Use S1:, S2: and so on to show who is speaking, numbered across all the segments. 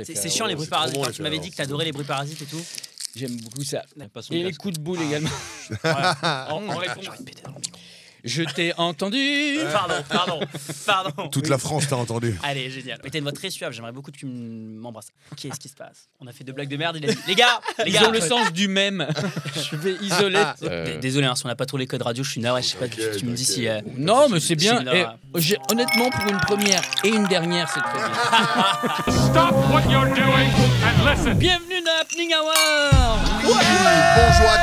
S1: C'est c'est chiant les bruits parasites.
S2: bon,
S1: Enfin,
S2: les
S1: tu m'avais
S2: fleurs.
S1: dit que t'adorais les bruits parasites et tout.
S3: J'aime beaucoup ça. Ah.
S1: Pas son
S3: Et les
S1: casque.
S3: coups de boule également.
S1: En, en réponse. hein.
S3: Je t'ai entendu.
S1: Pardon, pardon, pardon.
S2: Toute la France t'a entendu.
S1: Allez, génial. Mais t'as une voix très suave, j'aimerais beaucoup que tu m'embrasses. Qu'est-ce qui se passe On a fait deux blagues de merde, il a dit Les gars, les
S3: Ils
S1: gars
S3: ont le sens du même. Je vais isoler.
S1: D- Désolé, hein, si on n'a pas trop les codes radio, je suis navré, je sais pas, tu, tu me dis si. euh,
S3: Non, mais c'est bien.
S1: C'est bien.
S3: Eh, j'ai- honnêtement, pour une première et une dernière, c'est très bien.
S4: Stop what you're doing and listen.
S3: Bienvenue dans Happening Hour.
S2: Bonjour à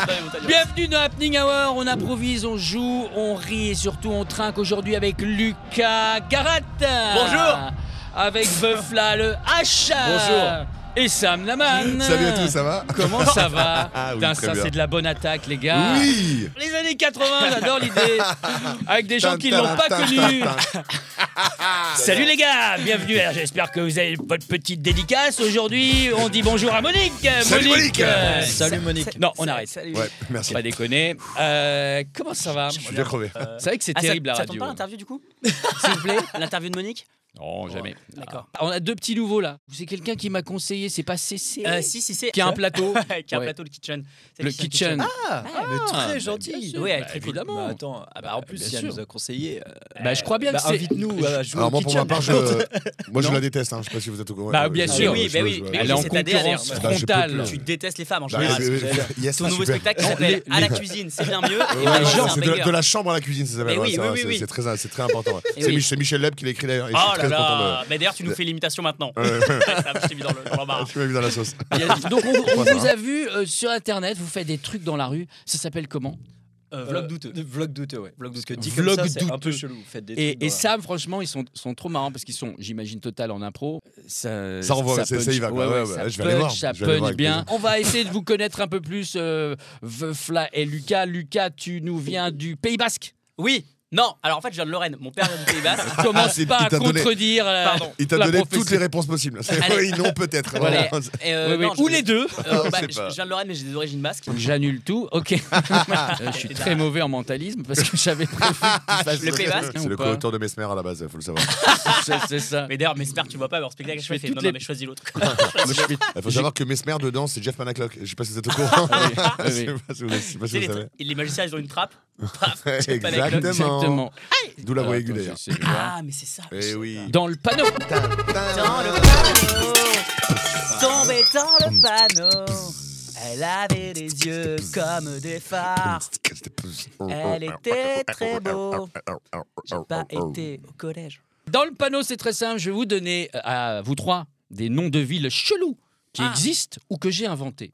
S3: Bienvenue dans Happening Hour. On improvise, on joue, on rit et surtout on trinque aujourd'hui avec Lucas Garat.
S1: Bonjour.
S3: Avec Beufla le H.
S1: Bonjour.
S3: Et Sam Naman.
S2: tous Salut à tous, ça va
S3: Comment ça va
S2: Ah oui,
S3: Putain,
S2: très
S3: ça
S2: bien.
S3: c'est de la bonne attaque, les gars.
S2: Oui
S3: Les années 80, j'adore l'idée. Avec des gens qui ne l'ont
S2: Tintin,
S3: pas
S2: tintin,
S3: connu.
S2: tintin.
S3: Salut les gars, bienvenue. Alors, J'espère que vous avez votre petite dédicace. Aujourd'hui, on dit bonjour à Monique.
S2: Salut, Monique.
S3: euh,
S1: Salut Monique.
S3: Non, on arrête.
S1: Salut.
S2: Ouais, merci.
S3: Faut Pas déconner. Euh, comment ça va
S2: Je suis bien crevé.
S3: C'est vrai que c'est
S1: Ah, ça-
S3: terrible la
S1: ça, tombe
S3: radio.
S1: pas l'interview du coup S'il vous plaît, l'interview de Monique
S3: non, jamais.
S1: Oh, D'accord.
S3: Ah, On a deux petits nouveaux là. C'est quelqu'un qui m'a conseillé, c'est pas CC
S1: Euh, si, si, c'est.
S3: qui a un plateau.
S1: Qui a un
S3: Ouais.
S1: plateau, le kitchen. C'est
S3: Le kitchen.
S5: Ah, mais
S3: bah,
S5: très
S3: bien
S5: gentil.
S3: sûr.
S1: Oui, elle est
S3: Bah,
S1: très cool.
S3: évidemment.
S5: Bah, attends, ah, bah, en plus,
S3: bien
S5: si elle
S3: sûr.
S5: nous a conseillé, euh,
S3: Bah, je crois bien
S5: bah,
S3: que c'est.
S5: invite-nous à jouer
S2: Alors
S5: au
S2: moi pour ma
S5: kitchen.
S2: part, je, moi je la déteste, hein. je sais pas si vous êtes au courant.
S3: Bah, bien
S2: Je-
S3: sûr.
S2: je-
S1: Oui,
S2: je-
S1: bah
S2: je-
S1: oui,
S2: je-
S1: mais
S3: Elle est en
S1: c'est ta DA,
S3: concurrence
S2: d'ailleurs. Bah, je peux plus,
S3: frontale.
S2: là.
S1: Tu détestes les femmes en
S2: Bah, oui,
S1: général.
S2: oui, oui, yes,
S1: Ton
S2: ah,
S1: nouveau
S2: super.
S1: spectacle
S3: Non,
S1: s'appelle
S3: les-
S1: À la
S3: les-
S1: cuisine, c'est bien mieux. Et
S2: Ouais,
S1: maintenant,
S2: genre,
S1: un
S2: c'est de,
S1: banger.
S2: de la chambre à la cuisine, ça
S1: Mais
S2: s'appelle.
S1: Eh oui,
S2: ouais, ça,
S1: oui,
S2: ouais,
S1: oui,
S2: c'est-
S1: oui.
S2: C'est très, c'est très important. ouais.
S1: Et
S2: C'est
S1: oui.
S2: Mich- c'est Michel Leb qui l'a écrit d'ailleurs. et Je suis
S1: Oh là
S2: très content
S1: là Mais d'ailleurs, tu nous fais l'imitation maintenant.
S2: de. Ouais, ouais.
S1: Ah, Je t'ai mis dans le- dans l'embarras.
S2: Tu m'as mis dans la sauce.
S3: Il y a- Donc on, on
S2: Pourquoi
S3: vous
S2: pas,
S3: a vu euh, sur internet, vous faites des trucs dans la rue. Ça s'appelle comment
S1: Euh,
S5: Vlog
S1: Vlog douteux.
S5: douteux. Vlog douteux, ouais. Vlog douteux. Dit
S3: Vlog
S5: comme ça, c'est un
S3: douteux.
S5: peu chelou. Faites des trucs
S3: Et,
S5: dans
S3: et
S5: la-
S3: Sam, franchement, ils sont, sont trop marrants parce qu'ils sont, j'imagine, total en impro. Ça,
S2: Ça renvoie, c'est- ça y va,
S3: punch.
S2: quoi. Ouais, ouais,
S3: ça
S2: je vais aller voir,
S3: punch, ça
S2: je vais aller voir
S3: punch
S2: avec
S3: bien. On va essayer de vous connaître un peu plus, euh, Vefla et Lucas. Lucas, tu nous viens du Pays Basque.
S1: Oui Non, alors en fait, je viens de Lorraine. Mon père vient du Pays Basque.
S3: Commence
S2: Ah, c'est-
S3: pas
S2: il
S3: à
S2: t'a donné-
S3: contredire. euh,
S1: Pardon.
S2: Il t'a
S3: La
S2: donné
S3: profession.
S2: toutes les réponses possibles. C'est-
S1: Allez.
S2: Oui, non, peut-être.
S1: Voilà.
S2: Voilà.
S1: Et, euh,
S3: oui, oui.
S1: non, je-
S3: Ou les deux.
S1: Euh,
S2: On
S1: bah,
S2: sait
S1: je,
S2: pas.
S1: je viens de Lorraine, mais j'ai des origines basques.
S3: J'annule tout. Ok. Euh, je suis très mauvais en mentalisme parce que j'avais prévu.
S1: Le Pays Basque.
S2: C'est
S3: ou
S2: le
S3: pas
S2: co-auteur de Mesmer à la base, faut le savoir.
S3: C'est- C'est ça.
S1: Mais d'ailleurs, mais j'espère que tu vois pas leur spectacle. Je fais,
S3: fais toutes
S1: non,
S3: les-
S1: non, mais choisis l'autre.
S2: Il faut savoir que Mesmer dedans, c'est Jeff Panaclock. Je sais pas si vous êtes au courant.
S3: Ah oui, ah
S2: Je
S3: oui.
S2: sais pas si vous- je sais pas
S1: Tu sais,
S2: si vous
S1: les,
S2: savez.
S1: les magiciens, ils ont une trappe. Paf, tu fais pas la cloque.
S2: Exactement.
S3: Exactement. Ah,
S2: D'où la voix hein. aiguë
S3: Attends,
S2: d'ailleurs.
S3: j'essaie de voir.
S1: Ah, mais c'est ça.
S2: Eh oui.
S3: Dans le panneau.
S1: Dans le panneau, tombée dans le panneau. Elle avait des yeux comme des phares. Elle était très beau. J'ai pas
S2: Oh,
S1: été au collège.
S3: Dans le panneau, c'est très simple. Je vais vous donner euh, à vous trois des noms de villes chelous qui
S1: Ah.
S3: existent ou que j'ai inventés.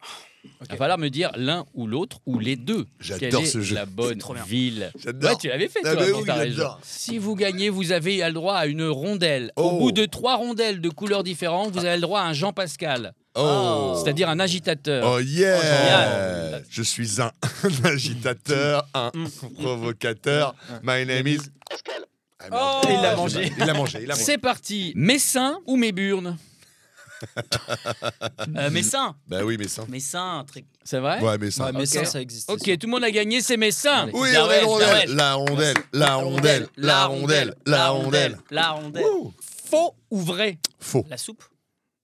S3: Il va falloir me dire l'un ou l'autre ou les deux.
S2: J'adore
S3: Quelle est
S2: ce jeu.
S3: La bonne
S1: C'est trop bien.
S3: ville.
S2: J'adore.
S3: Ouais, tu l'avais fait
S2: Ah,
S3: toi
S2: mais
S3: pour
S2: oui,
S3: ta
S2: j'adore.
S3: région. Si vous gagnez, vous avez le droit à une rondelle. Au
S2: Oh.
S3: bout de trois rondelles de couleurs différentes, vous avez le droit à un Jean Pascal,
S2: Oh.
S3: c'est-à-dire un agitateur.
S2: Oh yeah! Je suis un, un agitateur, un provocateur. My name is. Ah, merde.
S3: Oh, il l'a mangé.
S2: Il l'a mangé. Il l'a mangé.
S3: C'est parti. Messin ou Méburne
S1: Euh, Messin,
S2: Bah oui, mais ça.
S1: Messin, très.
S3: C'est vrai
S2: Ouais, mais ça.
S5: Ouais, mais
S3: Ok.
S5: ça, ça existe.
S3: Ok,
S5: ça.
S3: tout le monde a gagné, c'est Messin.
S2: Oui,
S1: La
S2: on est
S1: rondelle,
S2: rondelle. La rondelle, la rondelle, la rondelle, la rondelle.
S1: la rondelle.
S3: Faux ou vrai
S2: Faux.
S1: La soupe.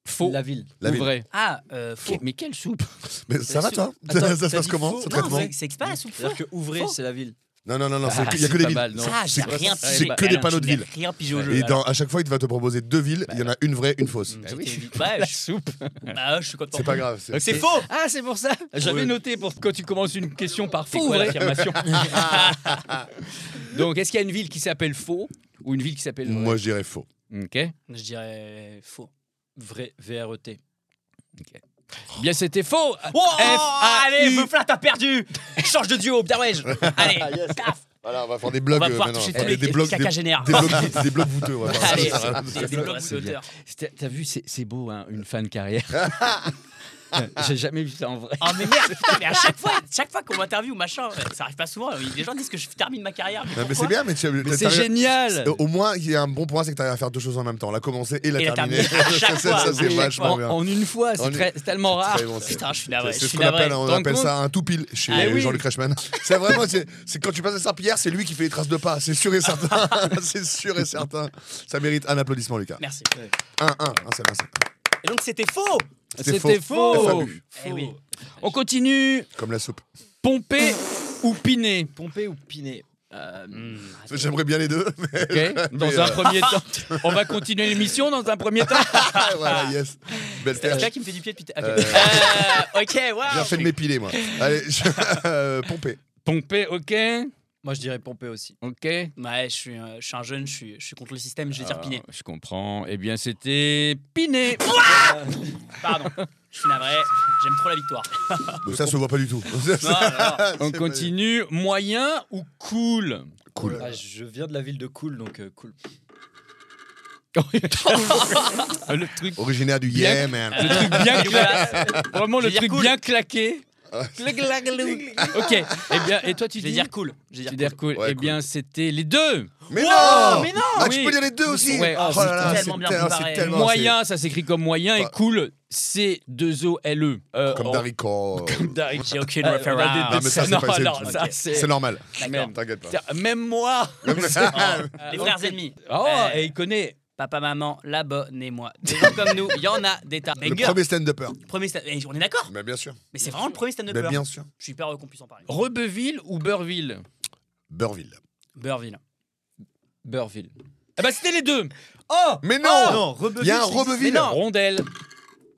S3: Faux
S5: La ville.
S2: La
S3: ou
S2: ville.
S3: vrai
S1: Ah, euh, faux.
S3: Que- Mais quelle soupe
S2: Mais ça va, toi?
S5: Attends,
S2: Ça
S5: t'as
S2: se passe
S5: dit
S2: comment,
S5: faux
S2: ce
S1: Non,
S2: traitement?
S1: c'est- c'est que c'est pas la soupe faux.
S5: C'est-à-dire que ouvrez,
S1: Faux.
S5: c'est la ville.
S2: Non, non, non, non, c'est-
S3: Ah,
S2: il n'y a
S3: c'est
S2: que des
S3: pas
S2: villes.
S3: mal, non.
S1: Ah, j'ai
S2: C'est-
S1: rien
S2: c'est
S1: pigé.
S2: que des
S1: Alors,
S2: panneaux
S1: tu
S2: de
S1: n'as
S2: ville.
S1: Rien pigé au jeu.
S2: Et
S1: alors.
S2: dans, à chaque fois, il va te proposer deux villes, il y en a une vraie, une fausse.
S1: C'était vite. Ouais,
S3: Ah, La
S1: je-
S3: soupe
S1: bah, je suis content.
S2: C'est pas grave. c'est-
S1: Mm. C'est faux
S3: Ah, c'est pour ça J'avais
S2: Oui.
S3: noté pour quand tu commences une question par faux.
S1: quoi
S3: ou vrai. Donc, est-ce qu'il y a une ville qui s'appelle faux ou une ville qui s'appelle vrai
S2: Moi, je dirais faux.
S3: Ok.
S1: Je dirais faux.
S5: Vrai, VRET.
S3: Bien, c'était faux. Ah,
S1: Oh,
S3: F-A-U.
S1: allez, Meufla, t'as perdu Change de duo, bien ouais, je- Allez, paf
S2: Voilà, on va faire des
S1: On
S2: blogs
S1: va
S2: euh,
S1: pouvoir
S2: maintenant.
S1: toucher
S2: Des-
S1: tous les
S2: Des blogs des-
S1: cacagénaires.
S2: des blogs- des blogs bouteux. on va faire ça.
S1: Allez,
S2: Ça, ça, ça,
S1: des
S2: ça.
S1: blogs de hauteur.
S3: C'était- T'as vu, c'est c'est beau, hein, une fin de carrière.
S5: J'ai jamais vu ça en vrai.
S1: Ah mais merde, putain, mais à chaque fois, chaque fois qu'on m'interviewe ou machin, ça arrive pas souvent. Les gens disent que je termine ma carrière.
S2: Non, mais c'est
S1: Pourquoi
S2: bien, mais tu
S5: Mais
S2: t'as-
S5: c'est
S2: t'as-
S5: génial
S2: Au moins, il y a un bon point, c'est que t'arrives à faire deux choses en même temps, la commencer et la
S1: Et la
S2: terminer.
S1: terminer. À chaque
S2: ça, ça,
S1: fois,
S2: ça, c'est
S5: Oui,
S2: vachement
S5: en,
S2: bien.
S5: en une fois,
S2: En
S5: c'est
S2: une-
S5: très- c'est tellement rare.
S2: Très bon, c'est-
S1: Putain, je suis navré.
S2: c'est
S1: Ah je
S2: ce
S1: suis
S2: qu'on appelle,
S1: navré.
S2: on
S5: Dans le
S2: appelle
S5: compte-
S2: ça un tout pile chez
S5: Ah oui.
S2: Jean-Luc Reichmann. C'est vraiment, c'est c'est quand tu passes à Saint-Pierre, c'est lui qui fait les traces de pas. C'est sûr et certain. c'est sûr et certain. Ça mérite un applaudissement, Lucas.
S1: Merci.
S2: Un, un, un seul, un seul.
S1: Et donc c'était faux.
S2: C'était
S5: C'était
S2: faux.
S5: faux.
S2: FABU.
S1: Eh oui.
S3: On continue.
S2: Comme la soupe.
S3: Pomper ou piner
S5: Pompé ou Piné Euh,
S1: Hmm.
S2: J'aimerais bien les deux. mais-
S3: Ok. Dans
S2: Mais,
S3: un
S2: euh,
S3: premier temps. On va continuer l'émission dans un premier temps.
S2: Ah, voilà, yes. Belle
S1: C'est
S2: perche.
S1: qui me fait du pied depuis. t- ok.
S2: Euh,
S1: Euh, ok,
S2: Bien fait
S1: waouh.
S2: de m'épiler, moi. Allez, je... euh, pomper.
S3: Pomper, ok.
S5: Moi, je dirais Pompé aussi.
S3: Ok.
S1: Ouais, je suis, euh, je suis un jeune, je suis, je suis contre le système, je vais dire
S2: Euh.
S3: Ah,
S1: piné.
S3: Je comprends. Eh bien, c'était piné.
S1: Pardon. Je suis navré. J'aime trop la victoire.
S2: Donc ça se voit pas du tout.
S1: Non, non, non.
S3: On
S2: C'est
S3: continue. Moyen ou cool
S2: Cool.
S5: Ah, je viens de la ville de Cool, donc euh, cool.
S3: Le truc,
S2: Originaire du Yeah, man.
S3: le truc bien claqué.
S1: Voilà.
S3: Vraiment
S1: Je
S3: le
S1: vais dire
S3: truc
S1: cool.
S3: bien claqué. ok. Eh bien, et toi, tu
S1: Je vais
S3: dis
S1: dire cool. Je vais
S3: Tu
S1: dire
S3: dis cool.
S2: Ouais,
S3: eh bien, c'était les deux.
S2: Mais,
S1: Wow,
S2: non
S1: mais non
S2: Ah, tu
S3: Oui.
S2: peux dire les deux aussi
S3: Ouais, ah,
S2: Oh là là,
S1: tellement bien
S2: tel-
S1: préparé.
S2: tellement-
S3: moyen, ça s'écrit comme moyen, et
S2: Bah.
S3: cool, C2OLE. Euh,
S2: c'est Comme
S3: on-
S2: d'haricot.
S3: Comme Dari.
S1: J'ai aucune
S3: Ah, on a
S1: référence.
S3: des-
S2: Ah, mais ça, c'est
S3: Non,
S2: pas- c'est-
S3: non, ça, c'est-
S2: C'est normal.
S1: D'accord.
S2: T'inquiète pas.
S3: Tiens, Même moi.
S1: Les frères ennemis.
S3: Oh,
S1: Euh,
S3: et il connaît.
S1: Papa, maman, la bonne et moi. Des gens comme nous, il y en a des tas.
S2: Le
S1: Banger,
S2: premier stand-upper.
S1: premier sta- eh, on est d'accord,
S2: Mais bien sûr.
S1: mais c'est vraiment le premier stand-upper.
S2: Mais bien sûr.
S1: Je suis hyper heureux qu'on puisse en parler.
S3: Rebeville ou Beurville
S2: Burville.
S1: Beurville.
S3: Beurville. Ah bah c'était les deux.
S5: Oh
S2: Mais non
S5: Non, Rebeville.
S2: Il y a un
S5: c'est-
S2: Rebeville.
S5: Mais non
S3: Rondelle.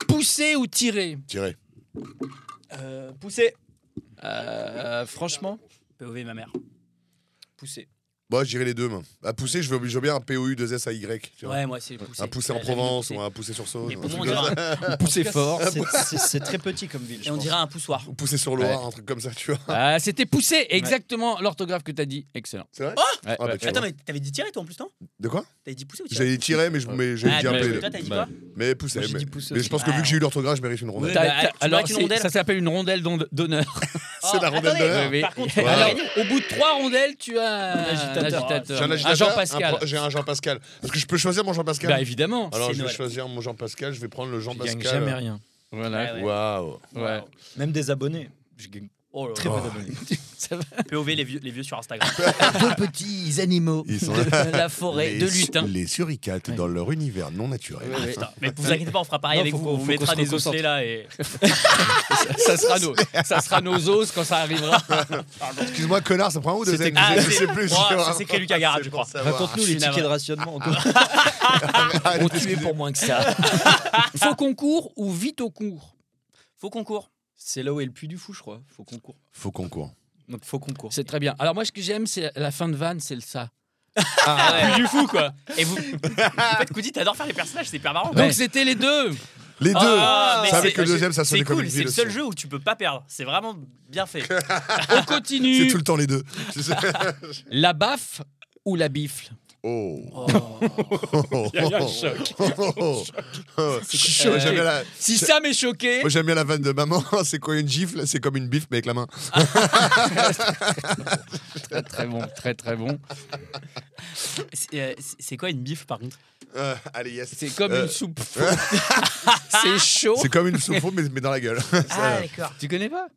S3: Pousser ou tirer
S2: Tiré.
S5: Euh, Poussé Euh, Franchement,
S1: POV, ma mère.
S5: poussé.
S2: Moi, j'irai les deux. moi. À pousser, je veux, je veux bien un POU, 2S à Y. tu vois.
S1: Ouais, moi, c'est poussé.
S2: Un poussé en
S1: Ouais, la ville de
S2: Provence
S1: Poussé.
S2: ou un poussé sur Saône.
S1: Mais
S2: un
S1: pour moi,
S2: truc
S1: on
S2: comme ça.
S1: dirait,
S5: Poussé fort. C'est très petit comme ville.
S1: et on dirait un poussoir.
S2: Ou poussé sur Loire, un truc comme ça, tu vois.
S3: Ah, C'était pousser, exactement l'orthographe que t'as dit. Excellent.
S2: C'est vrai
S3: Ouais,
S2: Ah, bah,
S3: ouais,
S2: tu
S3: ouais.
S1: Attends, mais t'avais dit tirer, toi, en plus, non
S2: De quoi
S1: T'avais dit pousser ou tirer
S2: J'allais tirer, mais je- mais j'ai
S1: Ah,
S2: dit un
S1: mais
S2: peu les
S1: toi,
S2: deux.
S1: t'as dit
S5: Bah,
S1: quoi
S2: Mais poussé.
S5: Moi, j'ai
S2: Mais
S5: dit poussé
S2: mais
S5: aussi.
S2: je pense que
S1: Ouais.
S2: vu que j'ai eu l'orthographe, je mérite une rondelle.
S1: Ouais,
S3: T'as-
S1: bah,
S3: t'as-
S1: tu
S3: alors
S1: braques une
S3: c'est-
S1: rondelle.
S3: ça s'appppelle une rondelle d'on- d'honneur.
S2: C'est la
S1: Oh,
S2: rondelle
S1: attendez.
S2: d'honneur.
S3: Oui, oui.
S1: Par contre,
S2: Voilà.
S3: Alors, au bout de trois rondelles, tu as un agitateur.
S1: agitateur.
S2: J'ai un
S3: Un
S2: agitateur,
S3: Jean-Pascal.
S2: un pro- J'ai un Jean-Pascal. Parce que je peux choisir mon Jean-Pascal.
S3: Bah, évidemment.
S2: Alors,
S1: C'est
S2: je vais
S1: Noël.
S2: choisir mon Jean-Pascal. Je vais prendre le
S5: Je gagne
S2: Jean-Pascal.
S5: jamais rien.
S3: Voilà.
S1: Ouais, ouais.
S2: Waouh.
S3: Ouais.
S5: Même des abonnés. Je gagne
S1: Oh là
S5: très
S1: là.
S5: peu d'abonnés.
S3: Ça va.
S1: POV, les vieux, les vieux sur Instagram.
S3: Deux petits animaux
S2: Ils sont
S3: de la forêt, de lutin.
S2: Les suricates dans leur univers non naturel. Ah,
S1: Putain, mais vous inquiétez pas, on fera pareil
S5: Non,
S1: avec
S5: faut
S1: vous.
S5: qu'on-
S1: On vous
S5: faut qu'on
S1: mettra
S5: se
S1: des
S5: reconcentre.
S1: osselets là et.
S3: Ça sera, nos, ça sera nos os quand ça arrivera.
S2: Excuse-moi, connard, ça prend un ou deux
S5: C'était-
S2: N
S1: Ah,
S2: Je
S1: c'est-
S2: sais plus.
S1: Ouah,
S2: je-
S1: ça s'écrit Lucas Garage,
S2: C'est
S1: je
S2: pour
S1: crois.
S2: savoir.
S5: Raconte-nous
S1: je suis
S5: les tickets
S1: navré.
S5: de rationnement. encore.
S3: On tuait pour moins que ça. Faux concours ou vite au cours
S1: Faux concours.
S5: C'est là où est le puits du fou, je crois. Faut qu'on court.
S2: Faut qu'on court.
S5: Donc faut qu'on court.
S3: C'est très bien. Alors, moi, ce que j'aime, c'est la fin de vanne, c'est le ça.
S1: Ah ouais. du fou, quoi. Et vous. en fait, Koudi, t'adores faire les personnages, c'est hyper marrant.
S3: Donc, c'était les deux.
S2: Les deux.
S1: Ah, mais
S2: ça avec
S1: c'est-
S2: le deuxième, ça
S1: C'est
S2: sonnait comme
S1: cool,
S2: une
S1: c'est
S2: ville
S1: le seul
S2: aussi.
S1: jeu où tu peux pas perdre. C'est vraiment bien fait.
S3: On
S2: C'est
S3: continue.
S2: tout le temps les deux.
S3: La baffe ou la bifle
S2: Oh.
S3: Il y a eu un choc.
S2: Oh. Chaud,
S3: Euh,
S2: j'aime bien la-
S3: Si ça m'est choqué,
S2: Moi j'aime bien la vanne de maman, c'est quoi une gifle C'est comme une bifle mais avec la main.
S3: très, très bon, très très bon.
S1: C'est euh, c'est- c'est quoi une bif par contre
S2: Euh, allez yes.
S3: C'est comme
S2: Euh,
S3: une soupe. froide. c'est chaud.
S2: C'est comme une soupe mais, mais dans la gueule.
S1: Ah, d'accord.
S3: Tu connais pas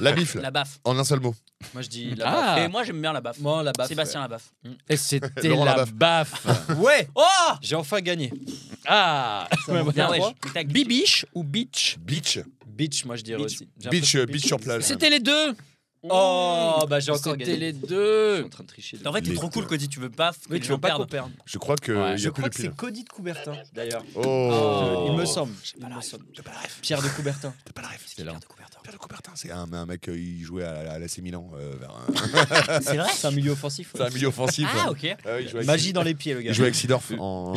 S2: la bifle.
S1: La baffe.
S2: En un seul mot.
S5: Moi je dis la baffe.
S3: Ah,
S1: Et moi, j'aime bien la baffe.
S5: Moi la baffe.
S1: Sébastien, la baffe.
S3: et c'était
S2: Laurent
S3: la
S2: Labaffe.
S3: baffe.
S5: ouais. Ouais.
S1: Oh
S5: J'ai enfin gagné.
S3: Ah,
S1: Bien,
S3: Voilà.
S1: ouais. je- tac.
S3: Bibiche ou bitch
S2: Beach.
S5: Beach, moi je dirais
S1: Beach.
S5: aussi. J'ai
S2: Beach,
S5: l'impression
S2: euh,
S5: que
S2: beach sur plage.
S3: C'était les deux.
S5: Oh bah j'ai encore
S3: C'était
S5: gagné.
S3: les
S5: Je suis
S3: deux.
S5: en train de tricher.
S1: En fait, t'es
S2: Les
S1: trop cool,
S2: deux.
S1: Cody. Tu veux pas. que Ah,
S5: Oui,
S1: les
S5: tu
S1: gens
S5: veux pas qu'on
S1: perdent.
S5: perde.
S2: Je crois que
S3: Ouais.
S2: il y
S5: Je
S2: a plus
S5: crois
S2: de
S5: que c'est
S2: pile.
S5: Cody de Coubertin d'ailleurs. Euh,
S2: Oh.
S5: Il me semble. Il
S1: la
S5: me
S1: ref,
S5: semble. Pierre de Coubertin.
S2: T'as pas la ref.
S1: C'est
S3: là.
S1: Pierre de Coubertin.
S2: Pierre de Coubertin, c'est un, un mec euh, il jouait à, la- à l'AC Milan euh, vers un,
S1: C'est vrai
S5: C'est un milieu offensif. ouais.
S2: c'est un milieu offensif.
S1: Ah, ok.
S2: Ah oui, il jouait avec-
S5: Magie dans les pieds le gars.
S2: Il jouait avec Sidorf en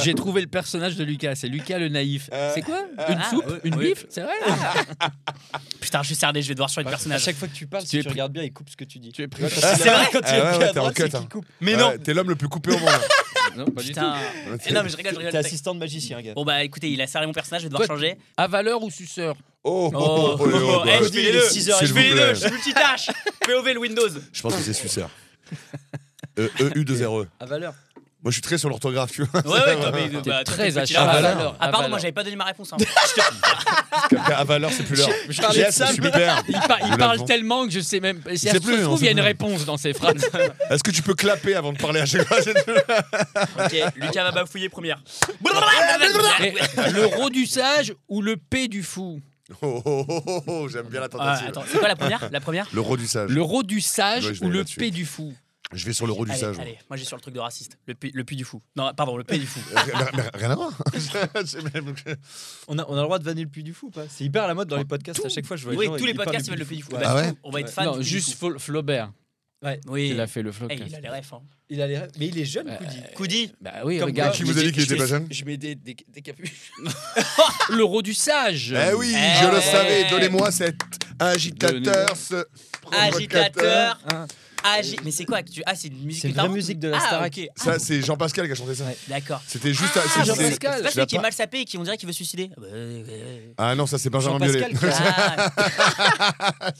S3: J'ai trouvé le personnage de Lucas. C'est Lucas le naïf.
S2: Euh,
S3: C'est quoi Une
S1: ah,
S3: soupe
S1: oui,
S3: Une
S1: oui.
S3: bifle C'est vrai
S1: Putain, je suis cerné, je vais devoir choisir le
S5: Bah, À
S1: personnage.
S5: chaque fois que tu parles,
S3: Tu es
S5: si tu
S3: pris-
S5: regardes bien, il coupe ce que tu dis.
S3: Tu es pris.
S5: Ouais, quand il
S2: c'est
S5: est-
S2: vrai
S5: quand il
S2: Ah ouais,
S5: est
S2: ouais,
S5: à
S2: t'es en
S5: droite,
S2: cut,
S5: c'est
S2: hein.
S5: qu'il coupe.
S1: Mais
S2: Ouais, T'es l'homme le plus coupé au monde.
S5: Non, pas du tout.
S1: Putain. Eh non, mais je rigole, je
S5: T'es
S1: rigole.
S5: assistant de magicien, gars.
S1: Bon, bah écoutez, il a serré mon personnage, je vais devoir
S3: Toi,
S1: changer.
S3: À valeur ou suceur
S2: Oh,
S1: Oh,
S2: oh, oh, oh,
S1: eh,
S2: bah,
S1: je fais les deux.
S5: S'il vous
S1: Je fais les
S2: plaît.
S1: deux, je suis multitâche. POV le Windows.
S2: Je pense que c'est suceur. Euh, EU2RE.
S3: À valeur.
S2: Moi, je suis très sur l'orthographe, tu vois.
S1: Ouais, ouais, toi, mais,
S3: T'es
S1: bah, toi,
S3: très
S1: t'es petit,
S3: à
S1: là.
S3: valeur. à
S1: Ah, pardon,
S3: valeur.
S1: moi j'avais pas donné ma réponse. hein.
S2: À valeur, c'est plus l'heure.
S5: Je
S2: J'ai
S5: parlais de
S2: hâte,
S5: ça,
S2: je me libère.
S3: Il, par- il
S2: Nous
S3: parle
S2: l'avons.
S3: tellement que je sais même. Si
S2: sais
S3: ça se
S2: plus, on
S3: trouve, il
S2: sait
S3: y a une
S2: plus.
S3: réponse dans ces phrases.
S2: Est-ce que tu peux clapper avant de parler à chaque fois
S1: ok, Lucas va bafouiller première.
S3: Mais le rot du sage ou le P du fou
S2: oh, oh, oh, oh, oh, j'aime bien la
S1: Ah,
S2: tentative.
S1: attends, c'est quoi la première La première
S2: le rot du sage.
S3: Le rot du sage
S2: Ouais, je vais
S3: ou
S2: aller
S3: le
S2: là-dessus.
S3: P du fou
S2: Je vais sur le rot du
S1: allez,
S2: sage.
S1: allez, moi j'ai sur le truc de raciste. Le puits le puits du fou. Non, pardon, le pays du fou.
S2: moi. Rien, rien- rien à voir. C'est même-
S5: On a, on a le droit de vanner le puits du fou ou pas C'est hyper à la mode dans les podcasts. à chaque fois, je vois
S1: Oui,
S5: gens,
S1: tous les
S5: ils parlent
S1: podcasts ils
S5: du
S1: veulent le
S5: Puy
S1: pays du fou.
S2: Ah
S1: Bah,
S2: ouais
S1: On va être fan. du
S3: Non,
S1: Puy du
S3: juste
S1: Fou.
S3: Fla- Flaubert.
S1: Oui.
S3: Il a fait le flop.
S1: Eh, il a les refs. hein.
S5: Ah Il a les rêves- Mais il est jeune, Coudi.
S1: Coudi.
S3: Bah oui,
S5: Comme
S3: regarde.
S5: quoi,
S2: Qui
S5: je
S2: vous
S5: mets
S2: a dit
S5: des-
S2: qu'il
S5: je
S2: était
S5: mets-
S2: pas jeune
S5: Je mets des, des, des capuches.
S3: Le rot du sage.
S2: Eh oui,
S1: Eh
S2: je le
S1: ouais.
S2: savais. Donnez-moi cet agitateur, ce provocateur.
S1: Agitateur. Agi... Mais c'est quoi que tu... Ah, c'est une musique. que
S5: Hein. C'est une vraie
S1: t'inventes
S5: musique de la
S1: Ah,
S5: Starac.
S1: ok. Ah,
S2: Ça, c'est Jean-Pascal qui a chanté ça.
S5: Ouais.
S1: D'accord.
S2: C'était juste.
S1: Ah,
S2: c'est-
S1: Jean
S2: c'est-
S3: Pascal.
S1: C'est
S2: je
S1: pas
S2: l'ai
S1: celui qui est
S2: pas-
S1: mal sapé et qui on dirait qu'il veut se suicider. Ah, bah, ouais, ouais, ouais.
S2: Ah non, ça c'est Benjamin Biolay.
S5: Jean-Pascal qui, a-
S1: Ah,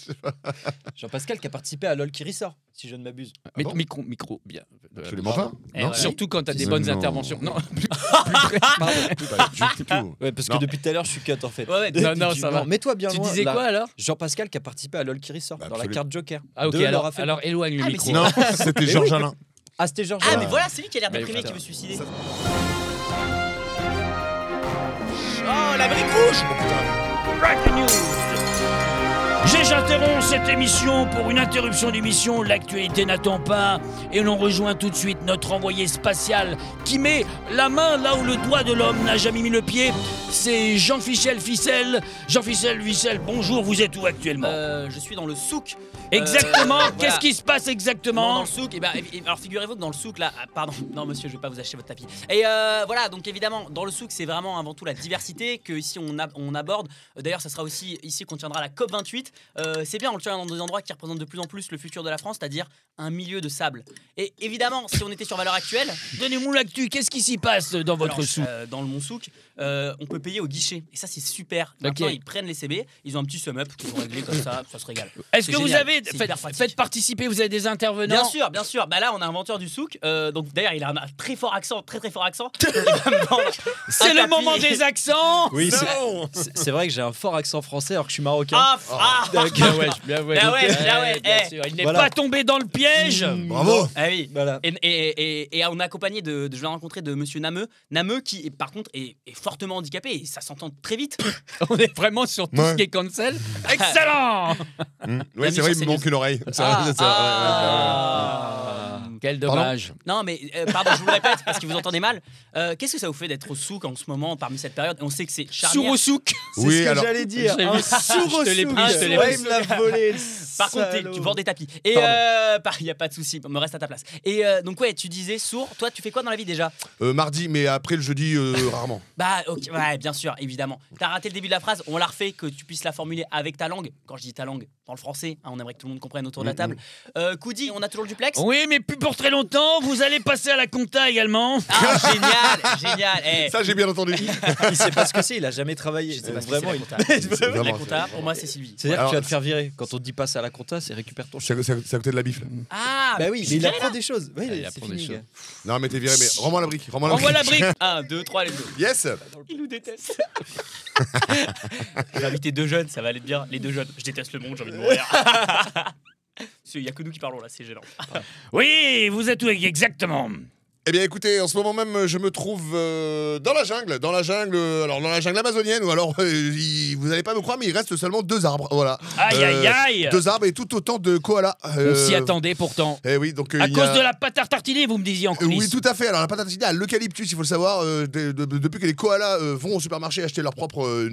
S5: Jean-Pascal qui a participé à LOL qui ressort, si je ne m'abuse.
S3: Mais-
S2: Ah bon
S3: micro, micro, bien. Euh,
S2: Absolument pas.
S1: Eh,
S2: Non,
S1: ouais.
S3: Surtout quand t'as des
S2: Non,
S3: bonnes
S2: non.
S3: interventions. Non, plus-
S2: pas du tout.
S5: Ouais, parce
S2: Non.
S5: que depuis tout à l'heure, je suis cut en fait.
S1: Ouais, ouais,
S3: non, non,
S5: Tu-
S3: ça va.
S5: Mets-toi bien
S3: Tu
S5: loin,
S3: disais
S5: là.
S3: quoi alors
S5: Jean-Pascal qui a participé à LOL qui ressort
S2: Bah,
S5: dans la
S2: absolument.
S5: carte Joker.
S3: Ah ok,
S5: De
S3: alors,
S5: Laura Fabian.
S3: alors éloigne le
S1: Ah, mais
S3: micro.
S1: c'est-
S2: Non, c'était Georges
S5: oui.
S2: Alain.
S5: Ah, c'était Georges.
S1: Ah,
S5: Alain.
S1: mais voilà, c'est lui qui a l'air
S3: Mais
S1: déprimé
S3: putain.
S1: qui veut se suicider.
S2: Ça-
S1: Oh, la brique rouge
S6: Breaking news. J'ai- J'interromps cette émission pour une interruption d'émission. L'actualité n'attend pas. Et l'on rejoint tout de suite notre envoyé spatial qui met la main là où le doigt de l'homme n'a jamais mis le pied. C'est Jean-Fichel Ficelle. Jean-Fichel Ficelle, bonjour, vous êtes où actuellement
S1: Euh, je suis dans le souk.
S6: Exactement,
S1: euh,
S6: qu'est-ce
S1: voilà.
S6: qui se passe
S1: Dans
S6: exactement
S1: le souk, et ben, et- et- alors figurez-vous que dans le souk là, ah, pardon, non monsieur, je vais pas vous acheter votre tapis. Et euh, voilà, donc évidemment, dans le souk, c'est vraiment avant tout la diversité que ici on, ab- on aborde. Euh, D'ailleurs, ça sera aussi ici qu'on tiendra la COP 28. Euh, c'est bien, on le tient dans des endroits qui représentent de plus en plus le futur de la France, c'est-à-dire un milieu de sable. Et évidemment, si on était sur valeur actuelle,
S6: Donnez-moi l'actu, qu'est-ce qui s'y passe dans votre
S1: Alors,
S6: soupe
S1: euh, dans le Mont Souk, euh, on peut payer au guichet. Et ça, c'est super. Maintenant,
S3: Ok.
S1: ils prennent les CB, ils ont un petit sum-up qu'ils vont régler comme ça, ça se régale.
S3: Euh,
S6: Est-ce
S1: c'est
S6: que vous
S1: génial,
S6: avez.
S1: c'est
S6: Faites,
S1: hyper pratique.
S6: faites participer, vous avez des intervenants
S1: Bien sûr, bien sûr. Bah là, on a un inventeur du souk. euh, donc d'ailleurs, il a un très fort accent, très très fort accent. Il va me vendre
S6: C'est
S1: un
S6: le
S1: tapis.
S6: moment des accents
S5: Oui, c'est-
S2: Non
S5: c'est c'est vrai que j'ai un fort accent français alors que je suis marocain.
S1: Ah, f- ah,
S5: Donc,
S3: Bien ouais, bien ouais.
S1: Ah ouais,
S3: Donc,
S1: ah ouais,
S3: euh, bien
S1: eh.
S3: sûr, Il n'est
S5: Voilà.
S6: pas tombé dans le piège
S3: Mm.
S2: Bravo.
S1: ah oui.
S5: Voilà.
S1: Et, et, et, et on est accompagné de, de- je l'ai rencontré de Monsieur Nameux, Nameux qui par contre est, est fortement handicapé et ça s'entend très vite.
S3: pas- on est vraiment sur tout
S2: Ouais.
S3: ce qui est cancel.
S6: Excellent
S2: Hmm.
S1: La
S2: Ouais, c'est
S1: mission,
S2: vrai, il me manque une oreille. Ça,
S1: Ah,
S2: ça,
S1: ah.
S3: Quel dommage.
S1: Non, mais euh, pardon, je vous le répète parce que vous entendez mal. Euh, Qu'est-ce que ça vous fait d'être au souk en ce moment, parmi cette période On sait que c'est
S3: Sourd
S1: charnière.
S3: au souk.
S5: C'est
S2: Oui,
S5: ce que
S2: alors-
S5: j'allais dire.
S3: Ah, Je l'ai
S5: Un
S3: vu.
S5: sourd au
S3: Je te l'ai
S5: souk.
S3: pris, je te l'ai
S5: Ouais,
S3: pris.
S5: il me l'a volé. le
S1: Par contre, t'es-
S5: salaud.
S1: tu vends des tapis. Et
S5: Pardon.
S1: euh, par- y a pas de souci, me reste à ta place. Et euh, donc ouais, tu disais sourd. Toi, tu fais quoi dans la vie déjà
S2: ouais. Euh, mardi, mais après le jeudi, euh, rarement.
S1: Bah, ok, ouais, bien sûr, évidemment. T'as raté le début de la phrase, on la refait, que tu puisses la formuler avec ta langue. Quand je dis ta langue, dans le français, hein, on aimerait que tout le monde comprenne autour de la table. Euh, Koudi, on a toujours le duplex
S3: Oh.
S6: Oui, mais plus pour très longtemps, vous allez passer à la compta également.
S1: Ah, génial, génial. eh.
S2: Ça, j'ai bien entendu.
S5: Il sait pas ce que c'est, il a jamais travaillé.
S1: Je sais pas ce que
S5: Vraiment,
S1: c'est,
S5: il-
S1: la compta.
S2: C'est vraiment-
S1: La compta, pour moi, c'est Sylvie.
S5: C'est-à-dire que
S2: Alors,
S5: tu vas te faire virer. Quand on te dit passe à la compta, c'est récupère ton
S2: C'est à- c'est à c'est à côté de la bif. là.
S1: Ah,
S5: Bah oui,
S1: je
S5: mais
S1: suis
S5: il
S1: viré,
S5: apprend des choses. Oui,
S3: Ah, il
S5: c'est
S3: apprend des
S5: fini,
S3: choses.
S5: gars.
S2: Non, mais t'es viré, mais rends-moi la brique. Rends-moi la
S6: Envoie
S2: brique.
S6: la brique.
S1: là. Un, deux, trois, let's go.
S2: Yes.
S1: Il nous déteste. J'ai invité deux jeunes, ça va aller bien. Les deux jeunes, je déteste le monde, j'ai envie de mourir. Il y a que nous qui parlons là, c'est gênant.
S3: Euh,
S6: Oui, vous êtes où exactement
S2: Eh bien, écoutez, en ce moment même, euh, je me trouve euh, dans la jungle, dans la jungle, euh, alors dans la jungle amazonienne, ou alors, euh, il- vous n'allez pas me croire, mais il reste seulement deux arbres, voilà.
S6: Aïe,
S2: Euh,
S6: aïe, aïe
S2: Deux arbres et tout autant de koalas.
S3: On
S2: euh,
S3: s'y attendait pourtant.
S2: Eh oui, donc. euh,
S6: À
S2: il y
S6: cause
S2: a-
S6: de la pâte à tartiner, vous me disiez en
S2: Euh, Oui,
S6: coulisses.
S2: tout à fait. Alors, la patate à l'eucalyptus, il faut le savoir, euh, de- de- de- depuis que les koalas euh, vont au supermarché acheter leur propre euh,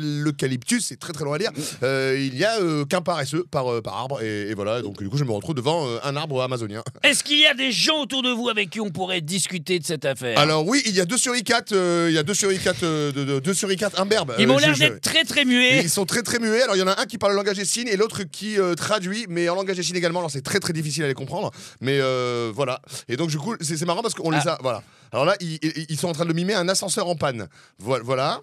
S2: Nutelleucalyptus, c'est très très loin à dire, euh, il y a euh, qu'un paresseux par, euh, par arbre. Et, et voilà, donc du coup, je me retrouve devant euh, un arbre amazonien.
S6: Est-ce qu'il y a des gens autour de vous avec qui on
S3: pourrait discuter de cette affaire
S2: Alors oui, il y a deux suricates, euh, il y a deux suricates, euh, de, de- deux suricates imberbes.
S3: Ils
S2: Euh,
S3: m'ont
S2: je-
S3: l'air
S2: je-
S3: d'être très très muets.
S2: Ils sont très très muets. Alors il y en a un qui parle le langage des signes et l'autre qui euh, traduit, mais en langage des signes également. Alors c'est très très difficile à les comprendre. Mais euh, voilà. Et donc du coup, c'est c'est marrant parce qu'on
S3: Ah.
S2: les a. Voilà. Alors là, ils, ils- ils sont en train de mimer un ascenseur en panne. Voi- Voilà.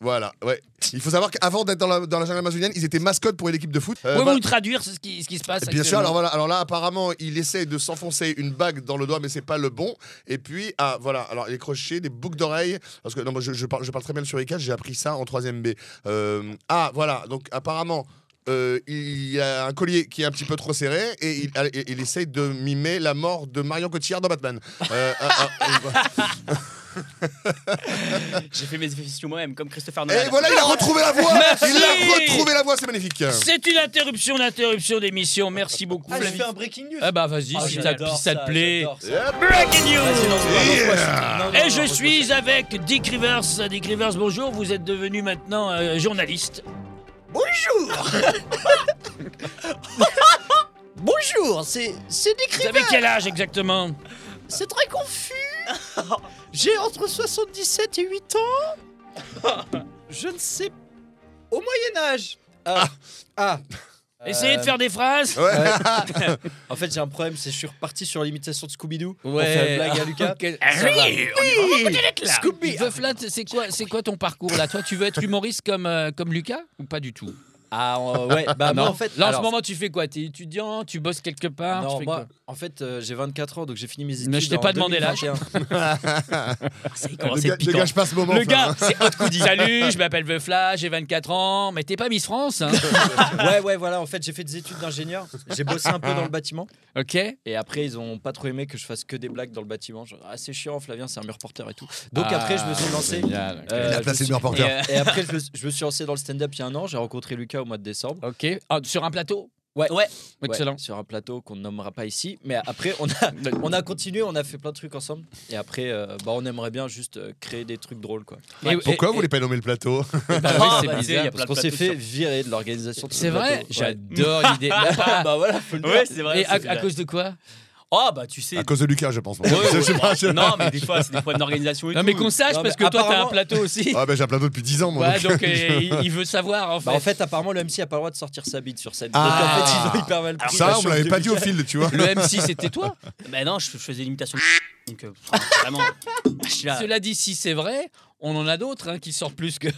S2: Voilà, ouais. Il faut savoir qu'avant d'être dans la, dans la jungle amazonienne, ils étaient mascottes pour une équipe de foot. Euh,
S3: Pouvez-vous
S2: voilà.
S3: nous traduire ce qui, ce qui se passe
S2: Bien sûr,
S3: actuellement
S2: alors voilà, alors là apparemment il essaie de s'enfoncer une bague dans le doigt mais c'est pas le bon. Et puis ah voilà, alors les crochets, des boucles d'oreilles, parce que non moi je, je parle, je parle très bien le suricat, j'ai appris ça en 3 B. Euh, ah voilà, donc apparemment euh, il y a un collier qui est un petit peu trop serré et il, ah, et- il essaie de mimer la mort de Marion Cotillard dans Batman. Euh, ah, ah, ah,
S5: J'ai fait mes effets moi-même, comme Christopher
S2: Eh, voilà. euh,
S5: Nolan.
S2: et voilà, il a retrouvé la voix
S3: Merci.
S2: Il a retrouvé la voix, c'est magnifique
S3: C'est une interruption d'interruption d'émission. Merci beaucoup.
S5: Euh, Ah, j'ai
S3: Flavie.
S5: fait un breaking news.
S3: Ah bah vas-y,
S5: Ah,
S3: si, ça,
S5: j'adore
S3: si ça te
S5: ça,
S3: plaît.
S5: j'adore ça.
S3: Breaking
S5: Vas-y,
S3: news
S5: lance-toi, lance-toi,
S2: Yeah.
S5: c'est- non, non,
S3: Et
S5: non,
S3: je
S5: lance-toi.
S3: suis avec Dick Rivers. Dick Rivers, bonjour. Vous êtes devenu maintenant euh, journaliste.
S7: Bonjour, c'est c'est Dick
S3: Vous avez
S7: Rivers.
S3: quel âge exactement
S7: C'est très confus. J'ai entre 77 et 8 ans. Je ne sais pas.
S5: Au Moyen-Âge Ah, Euh,
S3: Essayez de faire des phrases.
S2: Ouais.
S5: En fait, j'ai un problème, c'est que je suis reparti sur l'imitation de Scooby-Doo. On
S8: Ouais.
S5: fait une blague à Lucas.
S3: Ok, ça va.
S8: Scooby.
S3: Veuf, là, t- c'est quoi, c'est quoi ton parcours là Toi, tu veux être humoriste comme, euh, comme Lucas ou pas du tout
S5: Ah, euh, ouais, bah moi en hein, fait.
S3: Là, en
S5: alors,
S3: ce moment, tu fais quoi T'es étudiant Tu bosses quelque part Tu
S5: Non,
S3: fais
S5: moi,
S3: quoi
S5: en fait, euh, j'ai 24 ans, donc j'ai fini mes études.
S3: Mais je t'ai pas demandé l'âge.
S5: là.
S2: Ne ga- ne gâche pas ce moment.
S3: Oh, Le
S2: Flav,
S3: gars,
S2: hein.
S3: c'est Hot Coody. Salut, je m'appelle Veufla, j'ai 24 ans, mais t'es pas Miss France, hein
S5: ouais, ouais, voilà. En fait, j'ai fait des études d'ingénieur. J'ai bossé un peu dans le bâtiment.
S3: Ok
S5: Et après, ils ont pas trop aimé que je fasse que des blagues dans le bâtiment. Genre, ah, c'est chiant, Flavien, c'est un mur porteur et tout. Donc
S3: Ah,
S5: après, je me suis lancé. Euh,
S2: Il a
S5: je
S2: placé
S5: me
S2: le
S5: suis-
S2: reporter.
S5: Et après, je me, je me suis lancé dans le stand-up il y a un an. J'ai rencontré Lucas au mois de décembre.
S3: Ok. Ah, sur un plateau
S5: Ouais.
S3: Ouais.
S5: Ouais,
S3: Excellent.
S5: sur un plateau qu'on ne nommera pas ici. Mais après, on a, on a continué, on a fait plein de trucs ensemble. Et après, euh, bah, on aimerait bien juste euh, créer des trucs drôles. quoi.
S3: Et-
S2: Pourquoi
S3: et-
S2: vous voulez pas nommer le plateau
S3: et- bah oui, c'est bizarre.
S5: Parce qu'on s'est fait virer de l'organisation. de ce
S3: C'est vrai
S5: plateau. Ouais.
S3: J'adore l'idée. Bah,
S5: Ah, bah voilà, faut le dire.
S3: Ouais,
S5: c'est
S3: c'est vrai. Et à,
S5: c'est
S3: à
S5: vrai.
S3: cause de quoi
S5: Oh,
S3: Ah,
S5: bah tu sais.
S2: À cause de Lucas, je pense.
S5: Ouais,
S2: Je
S1: Ah,
S5: ouais,
S2: sais pas, je-
S5: Non, mais des fois, c'est des problèmes d'organisation et
S3: Non,
S5: tout.
S3: mais qu'on sache,
S5: Non, mais
S3: parce que toi, t'as un
S5: apparemment-
S3: plateau aussi.
S2: Ah ben j'ai un plateau depuis 10 ans moi.
S3: Ouais,
S2: donc.
S3: donc euh, il, il veut savoir en fait.
S5: Bah, en fait, apparemment, le MC a pas le droit de sortir sa bite sur scène.
S2: Ah.
S5: Donc, en fait, ils ont hyper mal
S3: euh,
S5: pris.
S2: Ça
S5: la
S2: on me l'avait
S5: chose
S2: pas
S5: de
S2: dit au fil, tu vois.
S3: Le M6, c'était toi.
S1: Bah non, je je faisais l'imitation de donc euh, enfin, vraiment. Je suis là.
S3: Cela dit, si c'est vrai, on en a d'autres hein, qui sortent plus que.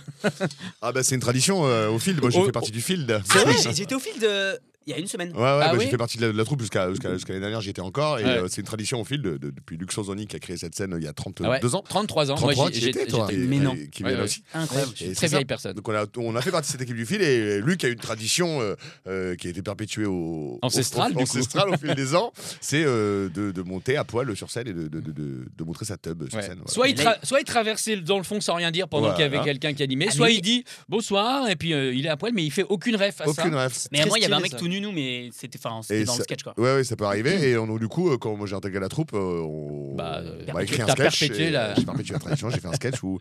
S2: Ah ben c'est une tradition euh, au fil, moi j'ai
S3: Oh, Ah
S2: fait partie du field.
S1: C'est vrai, j'ai- Ah, j'étais au fil de. Il y a une semaine.
S2: Ouais, ouais, bah,
S3: oui
S2: j'ai fait partie de la, de la troupe jusqu'à jusqu'à- jusqu'à l'année dernière, j'y étais encore. Et
S3: Ouais.
S2: euh, c'est une tradition au fil de- de- depuis Luc Sanzoni qui a créé cette scène euh, il y a 32
S3: Ah Ouais,
S2: ans.
S3: 33 ans.
S2: 33,
S3: Moi, j'ai-
S2: qui
S3: j'ai-
S2: était toi
S3: j'étais
S2: et-
S1: Mais
S2: et-
S1: non.
S2: Qui
S3: Ouais,
S2: vient
S3: ouais.
S2: aussi.
S1: Incroyable.
S2: Et c'est
S3: très
S2: ça.
S3: vieille personne.
S2: Donc on a, on a fait partie de cette équipe du fil et Luc a une tradition euh, euh, qui a été perpétuée au, au-
S3: Ancestrale,
S2: au,
S3: du coup.
S2: ancestrale au fil des ans, c'est euh, de, de monter à poil sur scène et de, de, de- de- de montrer sa tub sur
S3: Ouais.
S2: scène. voilà.
S3: Soit, il
S1: Et là,
S3: tra- soit il traversait dans le fond sans rien dire pendant
S2: Voilà.
S3: qu'il y avait quelqu'un qui animait,
S1: Ah,
S3: soit
S1: mais-
S3: il dit bonsoir et puis euh, il est à poil, mais il fait aucune ref à ça.
S2: Aucune ref.
S1: Mais à
S5: Très
S1: moi, il y avait un
S5: stylé,
S1: mec
S5: ça.
S1: tout nu, nous, mais c'était enfin, c'était
S2: Et
S1: dans
S2: ça-
S1: le sketch quoi.
S2: Ouais, ouais, ça peut arriver. Et on, donc, du coup, euh, quand moi j'ai intégré la troupe, euh, on
S3: Bah, euh,
S2: on m'a écrit un
S3: t'as
S2: sketch.
S3: perpétué
S2: et,
S3: la-
S2: euh, J'ai perpétué la tradition, j'ai fait un sketch où,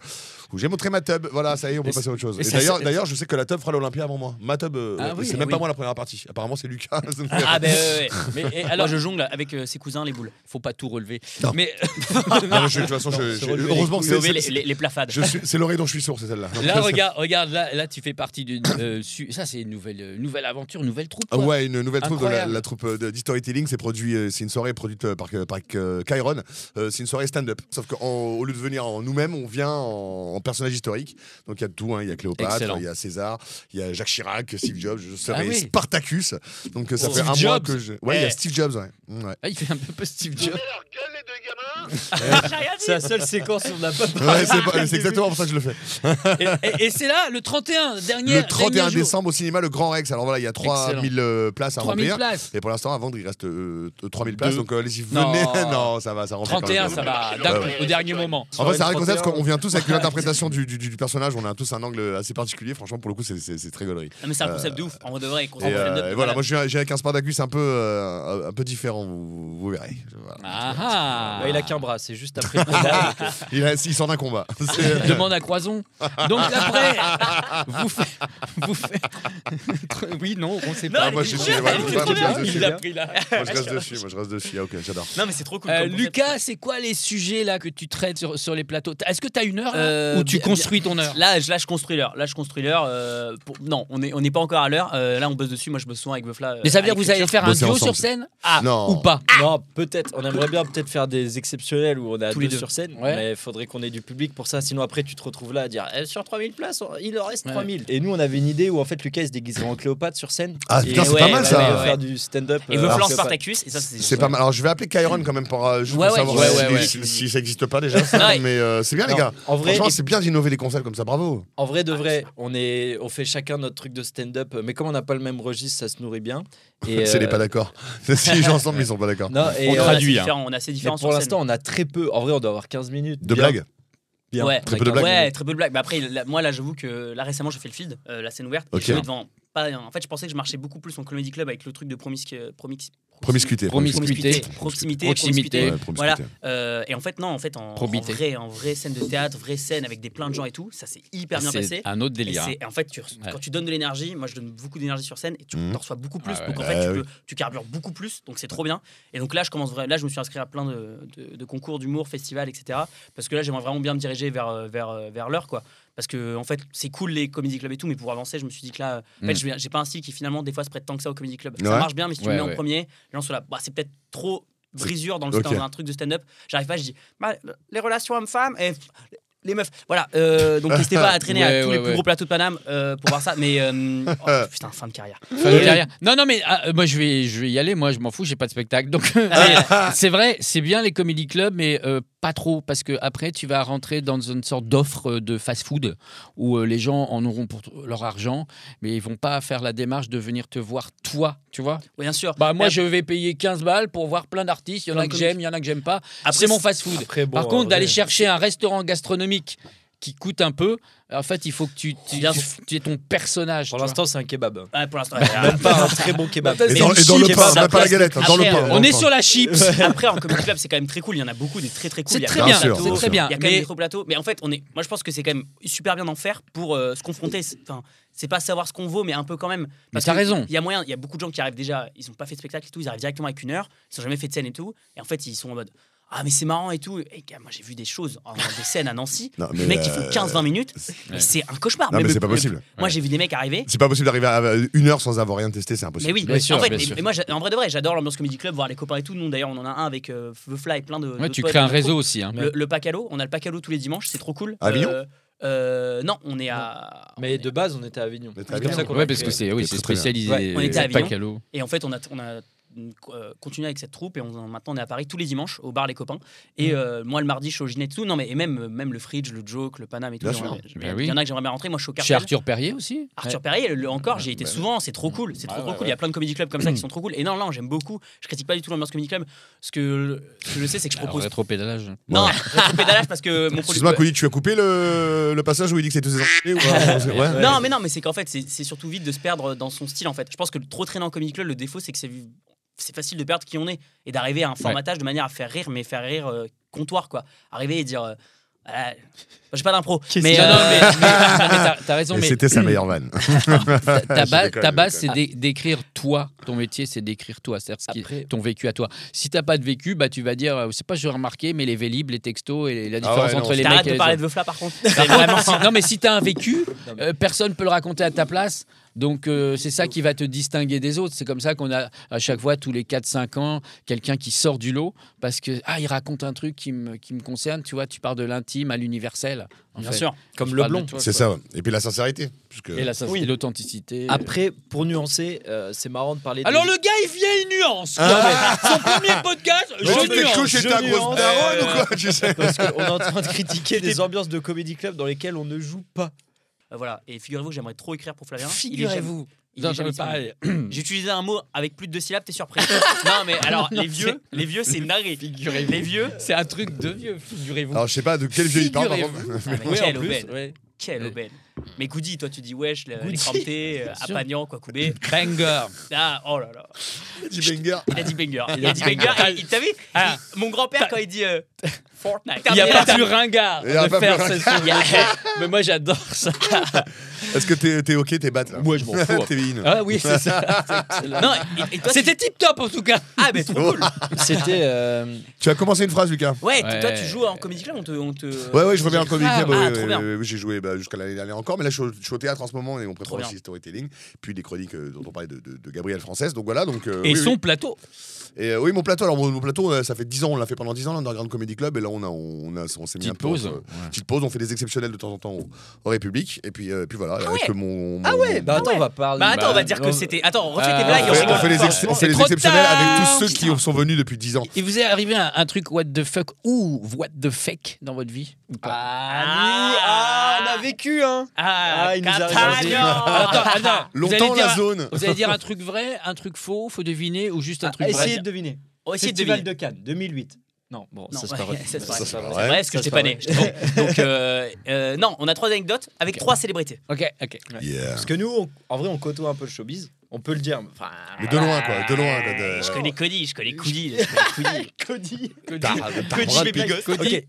S2: où j'ai montré ma tub. Voilà, ça y est, on peut
S3: Et
S2: passer à autre chose.
S3: et
S2: Et
S3: ça-
S2: d'ailleurs,
S3: ça-
S2: d'ailleurs, je sais que la tub fera l'Olympia avant moi. Ma tub, euh,
S3: Ah oui,
S2: c'est
S3: eh
S2: même pas
S3: oui.
S2: moi la première partie. Apparemment, c'est Lucas.
S1: Ah ben ouais, ouais.
S3: Mais et
S1: Alors
S3: alors,
S1: je jongle avec euh, ses cousins les boules.
S3: faut pas tout relever.
S2: Non.
S3: Mais
S2: Non, mais je- de toute façon, je- je- heureusement que c'est-
S1: Lever les,
S2: c'est.
S1: les- les plafades.
S2: je suis- C'est l'oreille dont je suis sourd, c'est celle-là.
S3: là, regarde, regarde, là, là, tu fais partie d'une. euh, su- ça, c'est une nouvelle, euh, nouvelle aventure, une nouvelle troupe.
S2: Ah
S3: quoi.
S2: Ouais, une nouvelle troupe, de la,
S3: Incroyable.
S2: la troupe euh, de- d'Historytelling, c'est produit, euh, c'est une soirée produite euh, par, euh, par euh, Kyron. Euh, c'est une soirée stand-up. Sauf qu'au lieu de venir en nous-mêmes, on vient en, en personnage historique. Donc il y a de tout, hein. il y a Cléopâtre,
S3: Excellent.
S2: il y a César, il y a Jacques Chirac, Steve Jobs, je serai
S3: Ah oui.
S2: Spartacus. Donc euh, ça
S3: Oh.
S2: fait
S3: Steve
S2: un mois
S3: Jobs.
S2: que je. Ouais, il y a
S3: Eh.
S2: Steve Jobs, ouais. Mm, ouais.
S3: Ah, il fait un peu Steve Jobs.
S5: C'est la seule séquence où on n'a pas parlé.
S2: Ouais, c'est pas- c'est exactement pour ça que je le fais.
S3: Et, et- et c'est là, le 31, dernier.
S2: Le 31
S3: dernier jour.
S2: décembre au cinéma, le Grand Rex. Alors voilà, il y a 3000 euh, places à
S3: 3000
S2: remplir.
S3: places.
S2: Et pour l'instant, à vendre, il reste euh, 3000 places.
S3: Deux.
S2: Donc euh, allez-y,
S3: Non.
S2: venez. Non. ça va, ça remplit. quand même.
S3: 31, ça va, d'un coup, au dernier moment.
S2: En fait, c'est un vrai
S5: Soirée
S2: concept
S5: 31,
S2: qu'on vient tous avec l'interprétation du, du- du personnage. On a tous un angle assez particulier. Franchement, pour le coup, c'est- c'est c'est très gaulerie.
S1: Non, mais c'est un concept de ouf. En vrai de vrai,
S2: Euh, Et, euh, et voilà, moi, je suis un- j'ai avec un Spartacus un peu, euh, un peu différent. Vous, vous verrez. Voilà.
S3: Ah ah.
S5: il a avec un bras, c'est juste après le combat. donc, euh,
S2: Il, a- il sort d'un combat.
S3: Euh,
S2: C'est-
S9: Demande à Croison. Donc après, vous faites. Vous faites... oui, non, on sait pas.
S2: Ah, moi, je suis-
S1: il-
S2: ouais,
S1: il-
S2: je reste
S1: il-
S2: dessus. hein.
S5: il a pris là.
S2: Moi, je reste dessus. Moi, je reste dessus. Ah, ok, j'adore.
S1: Non, mais c'est trop cool.
S9: Euh,
S1: comme concept.
S9: Lucas, c'est quoi les sujets là que tu traites sur, sur les plateaux T'as- Est-ce que tu as une heure là,
S1: Euh,
S9: ou tu
S1: bien-
S9: construis ton heure
S1: Là, je, là, je construis l'heure. Là, je construis l'heure. euh, pour- Non, on n'est on n'est pas encore à l'heure. Euh, là, on bosse dessus. Moi, je bosse souvent avec Buffla. euh,
S9: Mais ça veut
S1: à
S9: dire que vous allez
S1: l'écriture.
S9: faire un
S2: Bosser
S9: duo
S2: ensemble.
S9: sur scène Ah,
S2: Non.
S3: Oh.
S9: ou pas
S5: Non, peut-être. On aimerait bien peut-être faire des exceptionnels où on est à
S9: Tous
S5: deux
S9: les deux.
S5: sur scène,
S9: Ouais.
S5: mais il faudrait qu'on ait du public pour ça. Sinon, après, tu te retrouves là à dire Eh, sur 3000 places, on- il en reste
S9: Ouais.
S5: 3000. Et nous, on avait une idée où en fait, Lucas il se déguiserait en Cléopâtre sur scène.
S2: Ah,
S5: Et-
S2: putain, c'est
S5: ouais,
S2: pas mal,
S5: ouais,
S2: ça.
S5: ouais,
S1: Ouais.
S5: Faire du stand-up.
S1: Et
S5: euh, en
S1: Buffla en
S5: Cléopâtre.
S1: Spartacus. Et ça, c'est.
S2: C'est pas mal. Alors, je vais appeler Kyron quand même pour, euh, juste
S9: Ouais,
S2: pour
S9: ouais,
S2: savoir
S9: ouais,
S2: si,
S9: ouais, ouais.
S2: si- si ça existe pas déjà. ça.
S1: Ouais.
S2: Mais euh, c'est bien, les
S5: Non,
S2: gars.
S5: En vrai,
S2: Franchement, c'est bien d'innover des concepts comme ça. Bravo.
S5: En vrai, de vrai, on, est, on fait chacun notre truc de stand-up, mais comme on n'a pas le même registre, ça se nourrit bien. Et,
S2: C'est
S5: euh,
S2: les pas d'accord. si les gens ensemble, ils sont pas d'accord.
S1: On
S5: Non, et euh,
S1: a
S5: mais
S1: assez
S3: traduit, hein.
S1: différent. On a assez différent
S5: pour l'instant, on a très peu. En vrai, on doit avoir 15 minutes.
S2: De
S5: bien,
S2: blagues
S5: bien.
S1: Ouais.
S2: Très peu de blagues.
S1: Ouais, très peu de blagues. Mais après, là- moi, là, j'avoue que là, récemment, j'ai fait le feed, euh, la scène ouverte. et
S2: Ok.
S1: je jouais devant. Pas, en fait, je pensais que je marchais beaucoup plus en comedy club avec le truc de promiscu, euh, promis-
S2: Promiscuité.
S9: Promiscuité. Proximité.
S1: proximité, proximité.
S2: Ouais, promiscuité.
S1: Voilà. Euh, et en fait, non, en fait, en, en
S9: Probité.
S1: vrai, en vraie scène de théâtre, vraie scène avec des plein de gens et tout, ça s'est hyper bien passé.
S3: C'est un autre
S1: Et
S3: délire.
S1: c'est- et en fait, tu- quand tu donnes de l'énergie, moi je donne beaucoup d'énergie sur scène et tu
S2: Mhm.
S1: en reçois beaucoup plus.
S3: Ah ouais.
S1: Donc en
S2: Bah
S1: fait, tu,
S2: oui.
S1: peux- tu carbures beaucoup plus, donc c'est trop bien. Et donc là, je commence vraiment. Là, je me suis inscrit à plein de, de- de concours d'humour, festivals, etc. Parce que là, j'aimerais vraiment bien me diriger vers, euh, vers, euh, vers l'heure, quoi. Parce que en fait, c'est cool les comedy clubs et tout, mais pour avancer, je me suis dit que là, euh, en fait,
S3: Mhm.
S1: je vais- j'ai pas un style qui finalement des fois se prête tant que ça au comedy club.
S2: Mmh. Ouais.
S1: Ça marche bien, mais si tu
S3: Ouais,
S1: le mets
S3: ouais.
S1: en premier, les gens sont là, bah, c'est peut-être trop brisure dans le
S2: Ok.
S1: stand- dans un truc de stand-up. J'arrive pas, je dis bah, les relations hommes-femmes et les meufs. Voilà, euh, donc n'hésitez pas à traîner
S3: Ouais,
S1: à tous
S3: ouais,
S1: les plus
S3: ouais.
S1: gros plateaux de Paname euh, pour voir ça. Mais euh, oh, putain, fin de carrière.
S3: Fin de carrière. Non, non, mais ah, euh, moi je vais, je vais y aller. Moi, je m'en fous, j'ai pas de spectacle. Donc, euh,
S1: euh,
S9: Ah.
S3: c'est vrai, c'est bien les comedy clubs, mais euh, pas trop, parce que après, tu vas rentrer dans une sorte d'offre euh, de fast-food où euh, les gens en auront pour t- leur argent, mais ils vont pas faire la démarche de venir te voir toi, tu vois.
S1: Oui, bien sûr.
S3: Bah, moi,
S1: Mais
S3: je vais payer 15 balles pour voir plein d'artistes. Il y en
S1: Plein
S3: a
S1: de
S3: que
S1: comiques.
S3: j'aime, il y en a que j'aime pas.
S1: après,
S3: C'est mon fast-food.
S5: Après, bon,
S3: Par
S5: en
S3: contre, d'aller
S5: vrai-
S3: chercher un restaurant gastronomique qui coûte un peu, en fait, il faut que tu, tu,
S1: Bien
S3: tu- tu aies ton personnage.
S5: Pour
S3: tu vois.
S5: l'instant, c'est un kebab.
S1: Ouais, pour l'instant.
S5: Même pas un très bon kebab.
S2: Et dans, et dans le pain, même pas la galette, hein. dans le
S1: Après,
S2: pain.
S1: euh,
S2: dans
S3: on
S2: le
S3: est
S2: pain.
S3: sur la chips.
S1: Après, en comedy club, c'est quand même très cool. Il y en a beaucoup des très très cool.
S3: C'est
S1: Il y a
S3: très
S1: plein de
S3: bien,
S1: plateaux.
S2: sûr,
S3: c'est très bien.
S1: Il y a quand
S3: Ah, Mais
S1: même des gros plateaux. Mais en fait, on est. Moi, je pense que c'est quand même super bien d'en faire pour euh, se confronter. C'est- Enfin, c'est pas savoir ce qu'on vaut, mais un peu quand même. Parce
S3: t'as
S1: que
S3: raison.
S1: Il y a moyen. Il y a beaucoup de gens qui arrivent déjà. Ils ont pas fait de spectacle et tout. Ils arrivent directement avec une heure. Ils ont jamais fait de scène et tout. Et en fait, ils sont en mode. Ah mais c'est marrant et tout. Et gars, moi j'ai vu des choses, en- des scènes à Nancy.
S2: Non, mais,
S1: Les mecs qui font
S2: euh,
S1: 15-20 minutes,
S3: Ouais.
S1: mais c'est un cauchemar.
S2: Non, mais
S1: le-
S2: c'est pas
S1: le-
S2: possible.
S1: Moi j'ai vu des mecs arriver.
S2: C'est pas possible d'arriver à à une heure sans avoir rien testé, c'est impossible.
S1: Mais oui,
S3: Bien sûr,
S1: en fait,
S3: bien
S1: mais-
S3: sûr.
S1: mais moi, j'a- en vrai de vrai, j'adore l'ambiance comedy club, voir les copains et tout. Nous d'ailleurs, on en a un avec euh, The Fly, plein de.
S3: Ouais,
S1: de
S3: tu
S1: potes,
S3: crées un
S1: plein de
S3: réseau
S1: groupes.
S3: aussi. hein.
S1: Le, le Pacalo, on a le Pacalo tous les dimanches, c'est trop cool.
S2: À Avignon
S1: Euh, euh, Non, on est à. on
S5: Mais
S1: est-
S5: de base, Ah, on était à Avignon.
S2: On était à
S5: C'est
S2: Avignon.
S5: comme ça qu'on
S3: Ouais,
S5: a
S3: parce que
S5: créé.
S3: c'est oui,
S2: C'est
S3: c'est
S2: très, très
S3: spécialisé.
S5: Ouais,
S1: on était à
S3: c'est pas
S1: Avignon.
S3: calo.
S1: Et en fait, on a, on a euh, continué avec cette troupe et on, maintenant on est à Paris tous les dimanches au bar Les Copains. Et euh, moi le mardi, je suis au Ginetsu. Non, mais et même, euh, même le Fridge, le Joke, le Paname et tout.
S2: Bien
S1: j'aimerais-
S2: sûr.
S1: j'aimerais-
S3: Ben
S1: Il
S3: oui.
S1: y en a que j'aimerais bien rentrer. Moi, je suis au
S3: Chez
S1: Cartel.
S3: Arthur Perrier aussi
S1: Arthur Perrier, le, encore, j'y ai été souvent, c'est trop cool, c'est trop, trop cool. Il y a plein de comedy clubs comme ça qui sont trop cool. Et non, non, j'aime beaucoup. Je critique pas du tout l'ambiance comedy club. Ce que, ce que je sais, c'est que je
S3: Alors,
S1: propose.
S3: rétro-pédalage.
S1: Non, pédalage parce que mon produit.
S2: Excuse-moi, Couli, tu as coupé le, le passage où il dit que c'est tous ces enculés ou pas Ouais.
S1: Non, mais non, mais c'est qu'en fait, c'est c'est surtout vite de se perdre dans son style. En fait, je pense que le trop traîner en comedy club, le défaut, c'est que c'est c'est facile de perdre qui on est et d'arriver à un formatage de manière à faire rire, mais faire rire euh, comptoir quoi. Arriver et dire, euh, Ah, j'ai pas d'impro, mais,
S3: non, non,
S1: euh,
S3: mais, mais- non, mais t'as- t'as raison,
S2: Et
S3: mais
S2: C'était sa meilleure vanne.
S3: ta, ta
S2: Je
S3: base,
S2: déconne,
S3: ta
S2: je
S3: base, c'est d'é- d'écrire toi. Ton métier, c'est d'écrire toi, c'est-à-dire ce qui-
S5: Après-
S3: ton vécu à toi. Si t'as pas de vécu, bah tu vas dire, euh, c'est pas j'ai remarqué, mais les vélib, les textos et les- la
S2: Ah
S3: différence
S2: ouais, non,
S3: entre
S2: c'est-
S3: les mecs
S1: T'arrêtes
S3: et
S1: de
S3: les
S1: parler
S3: autres.
S1: de Veufla par contre.
S3: Non, vraiment, si- non, mais si t'as un vécu,
S5: Non, mais-
S3: euh, personne peut le raconter à ta place. Donc euh, c'est ça qui va te distinguer des autres. C'est comme ça qu'on a à chaque fois, tous les 4-5 ans, quelqu'un qui sort du lot parce que ah il raconte un truc qui me, qui me concerne. Tu vois, tu pars de l'intime à l'universel. en
S1: Bien
S3: fait.
S1: sûr.
S5: Comme
S3: Je
S5: le
S3: parle de
S5: blond.
S3: toi,
S2: C'est
S3: quoi.
S2: ça, ouais. Et puis la sincérité. parce que-
S3: Et là, ça, c'est
S5: Oui.
S3: l'authenticité.
S5: Après, pour nuancer, euh, c'est marrant de parler. des-
S3: Alors le gars, il vient, il nuance. quoi. Son premier podcast,
S2: Mais tu
S3: je
S2: t'es
S3: nuance.
S2: couché
S5: je
S2: ta
S5: nuance.
S2: grosse daronne ou quoi tu sais
S5: parce qu'on est en train de critiquer des ambiances de comedy club dans lesquelles on ne joue pas.
S1: Euh, Voilà. Et figurez-vous que j'aimerais trop écrire pour Flavien. Il est jamais-
S3: Figurez-vous.
S1: il est
S3: Non,
S1: jamais
S3: j'avais pareil.
S1: disponible. J'ai utilisé un mot avec plus de deux syllabes, t'es surpris. non, mais alors, les vieux, les vieux, c'est une dinguerie.
S3: Figurez-vous.
S1: Les vieux,
S3: C'est un truc de vieux, figurez-vous.
S2: Alors, je sais pas de quel vieux il parle, par contre.
S3: Figurez-vous.
S1: Ah, mais
S5: Ouais,
S1: quelle
S5: en plus,
S1: aubaine,
S5: ouais.
S1: quelle
S3: Ouais.
S1: aubaine. Mais Goody, toi, tu dis wesh, le- les
S3: Goody.
S1: crampetés, euh,
S3: Euh, Bien sûr.
S1: Apagnan, quoi, Koubé.
S3: Banger.
S1: Ah, oh là là.
S2: Petit banger.
S1: Il a dit banger. Il a dit banger. et il t'avait.
S3: Ah.
S1: Mon grand-père, quand il dit euh,
S5: Fortnite.
S3: Il n'y a pas plus ringard
S2: Il y a
S3: de
S2: pas
S3: faire ce
S2: plus
S3: son. Mais moi, j'adore ça.
S2: Est-ce que t'es t'es ok, t'es bat là
S5: Ouais, je m'en fous.
S2: T'es in.
S3: Ah oui, c'est ça. Non, et- et toi,
S6: C'était tip top en tout cas.
S1: Ah, mais trop cool
S5: C'était. euh,
S2: Tu as commencé une phrase, Lucas
S1: Ouais, t- toi,
S5: Ouais.
S1: tu joues en comédie club, on te. On te...
S2: Ouais, ouais, je reviens en comédie
S1: Ah,
S2: club. ouais,
S1: ah,
S2: ouais,
S1: trop bien.
S2: ouais, ouais, J'ai joué bah, jusqu'à l'année dernière encore, mais là, je suis au- je suis au théâtre en ce moment et on
S1: Trop
S2: prépare aussi storytelling. Puis des chroniques euh, dont on parlait de, de, de Gabriel Française. Donc voilà. Donc, euh,
S3: Et
S2: oui,
S3: son
S2: oui.
S3: plateau.
S2: Et, euh, oui, mon plateau. Alors, mon, mon plateau, euh, ça fait 10 ans, on l'a fait pendant 10 ans, l'Underground Comedy Club. Et là, on, a, on, a, on s'est mis
S5: Petite
S2: un peu.
S5: pause.
S2: entre- Petite pause, on fait des exceptionnels de temps en temps au, au République. Et puis, euh, puis voilà, avec
S1: ouais.
S2: mon.
S1: Ah
S2: mon-
S1: ouais,
S5: Bah attends, on va parler.
S1: Bah attends, on va
S5: bah,
S1: dire que
S5: on-
S1: c'était. Attends, on refait
S3: euh,
S5: Ah,
S1: tes blagues.
S2: on fait, on fait les, ex-
S1: exceptions.
S2: on fait les
S3: trop
S2: exceptionnels
S3: tard.
S2: avec tous ceux qui sont venus depuis 10 ans.
S6: Il vous est arrivé un, un truc what the fuck ou what the fake dans votre vie ou pas
S5: Ah, oui, ah, on a vécu, hein.
S1: Ah,
S5: Ah, il nous a
S1: Catania.
S6: Attends, attends. Vous allez
S2: Longtemps
S6: dire
S2: la
S6: un-
S2: zone.
S6: Vous allez dire un truc vrai, un truc faux, faut deviner ou
S3: Ah,
S6: juste un
S5: Ah,
S6: truc vrai.
S10: Essayez de deviner.
S1: Aussi de
S10: Festival
S1: deviner.
S10: de Cannes, 2008.
S5: Non, bon,
S1: Non,
S5: ça c'est pas vrai.
S1: ouais, ça, c'est vrai.
S5: Ça, c'est pas vrai.
S2: Ouais.
S1: Ouais, parce que j'étais
S5: Ça, c'est
S1: pas
S5: pas
S1: né. j'étais trop- Donc, euh, euh, non, on a trois anecdotes avec trois célébrités.
S6: Ok, ok.
S2: Yeah.
S5: Parce que nous, on- en vrai, on côtoie un peu le showbiz. On peut le dire. Enfin,
S2: Mais de loin, quoi. De loin. quoi, de-
S1: Je connais Cody, je connais Cody. je connais Cody.
S10: Cody.
S2: T'as- t'as Brad Pitt.
S10: Cody.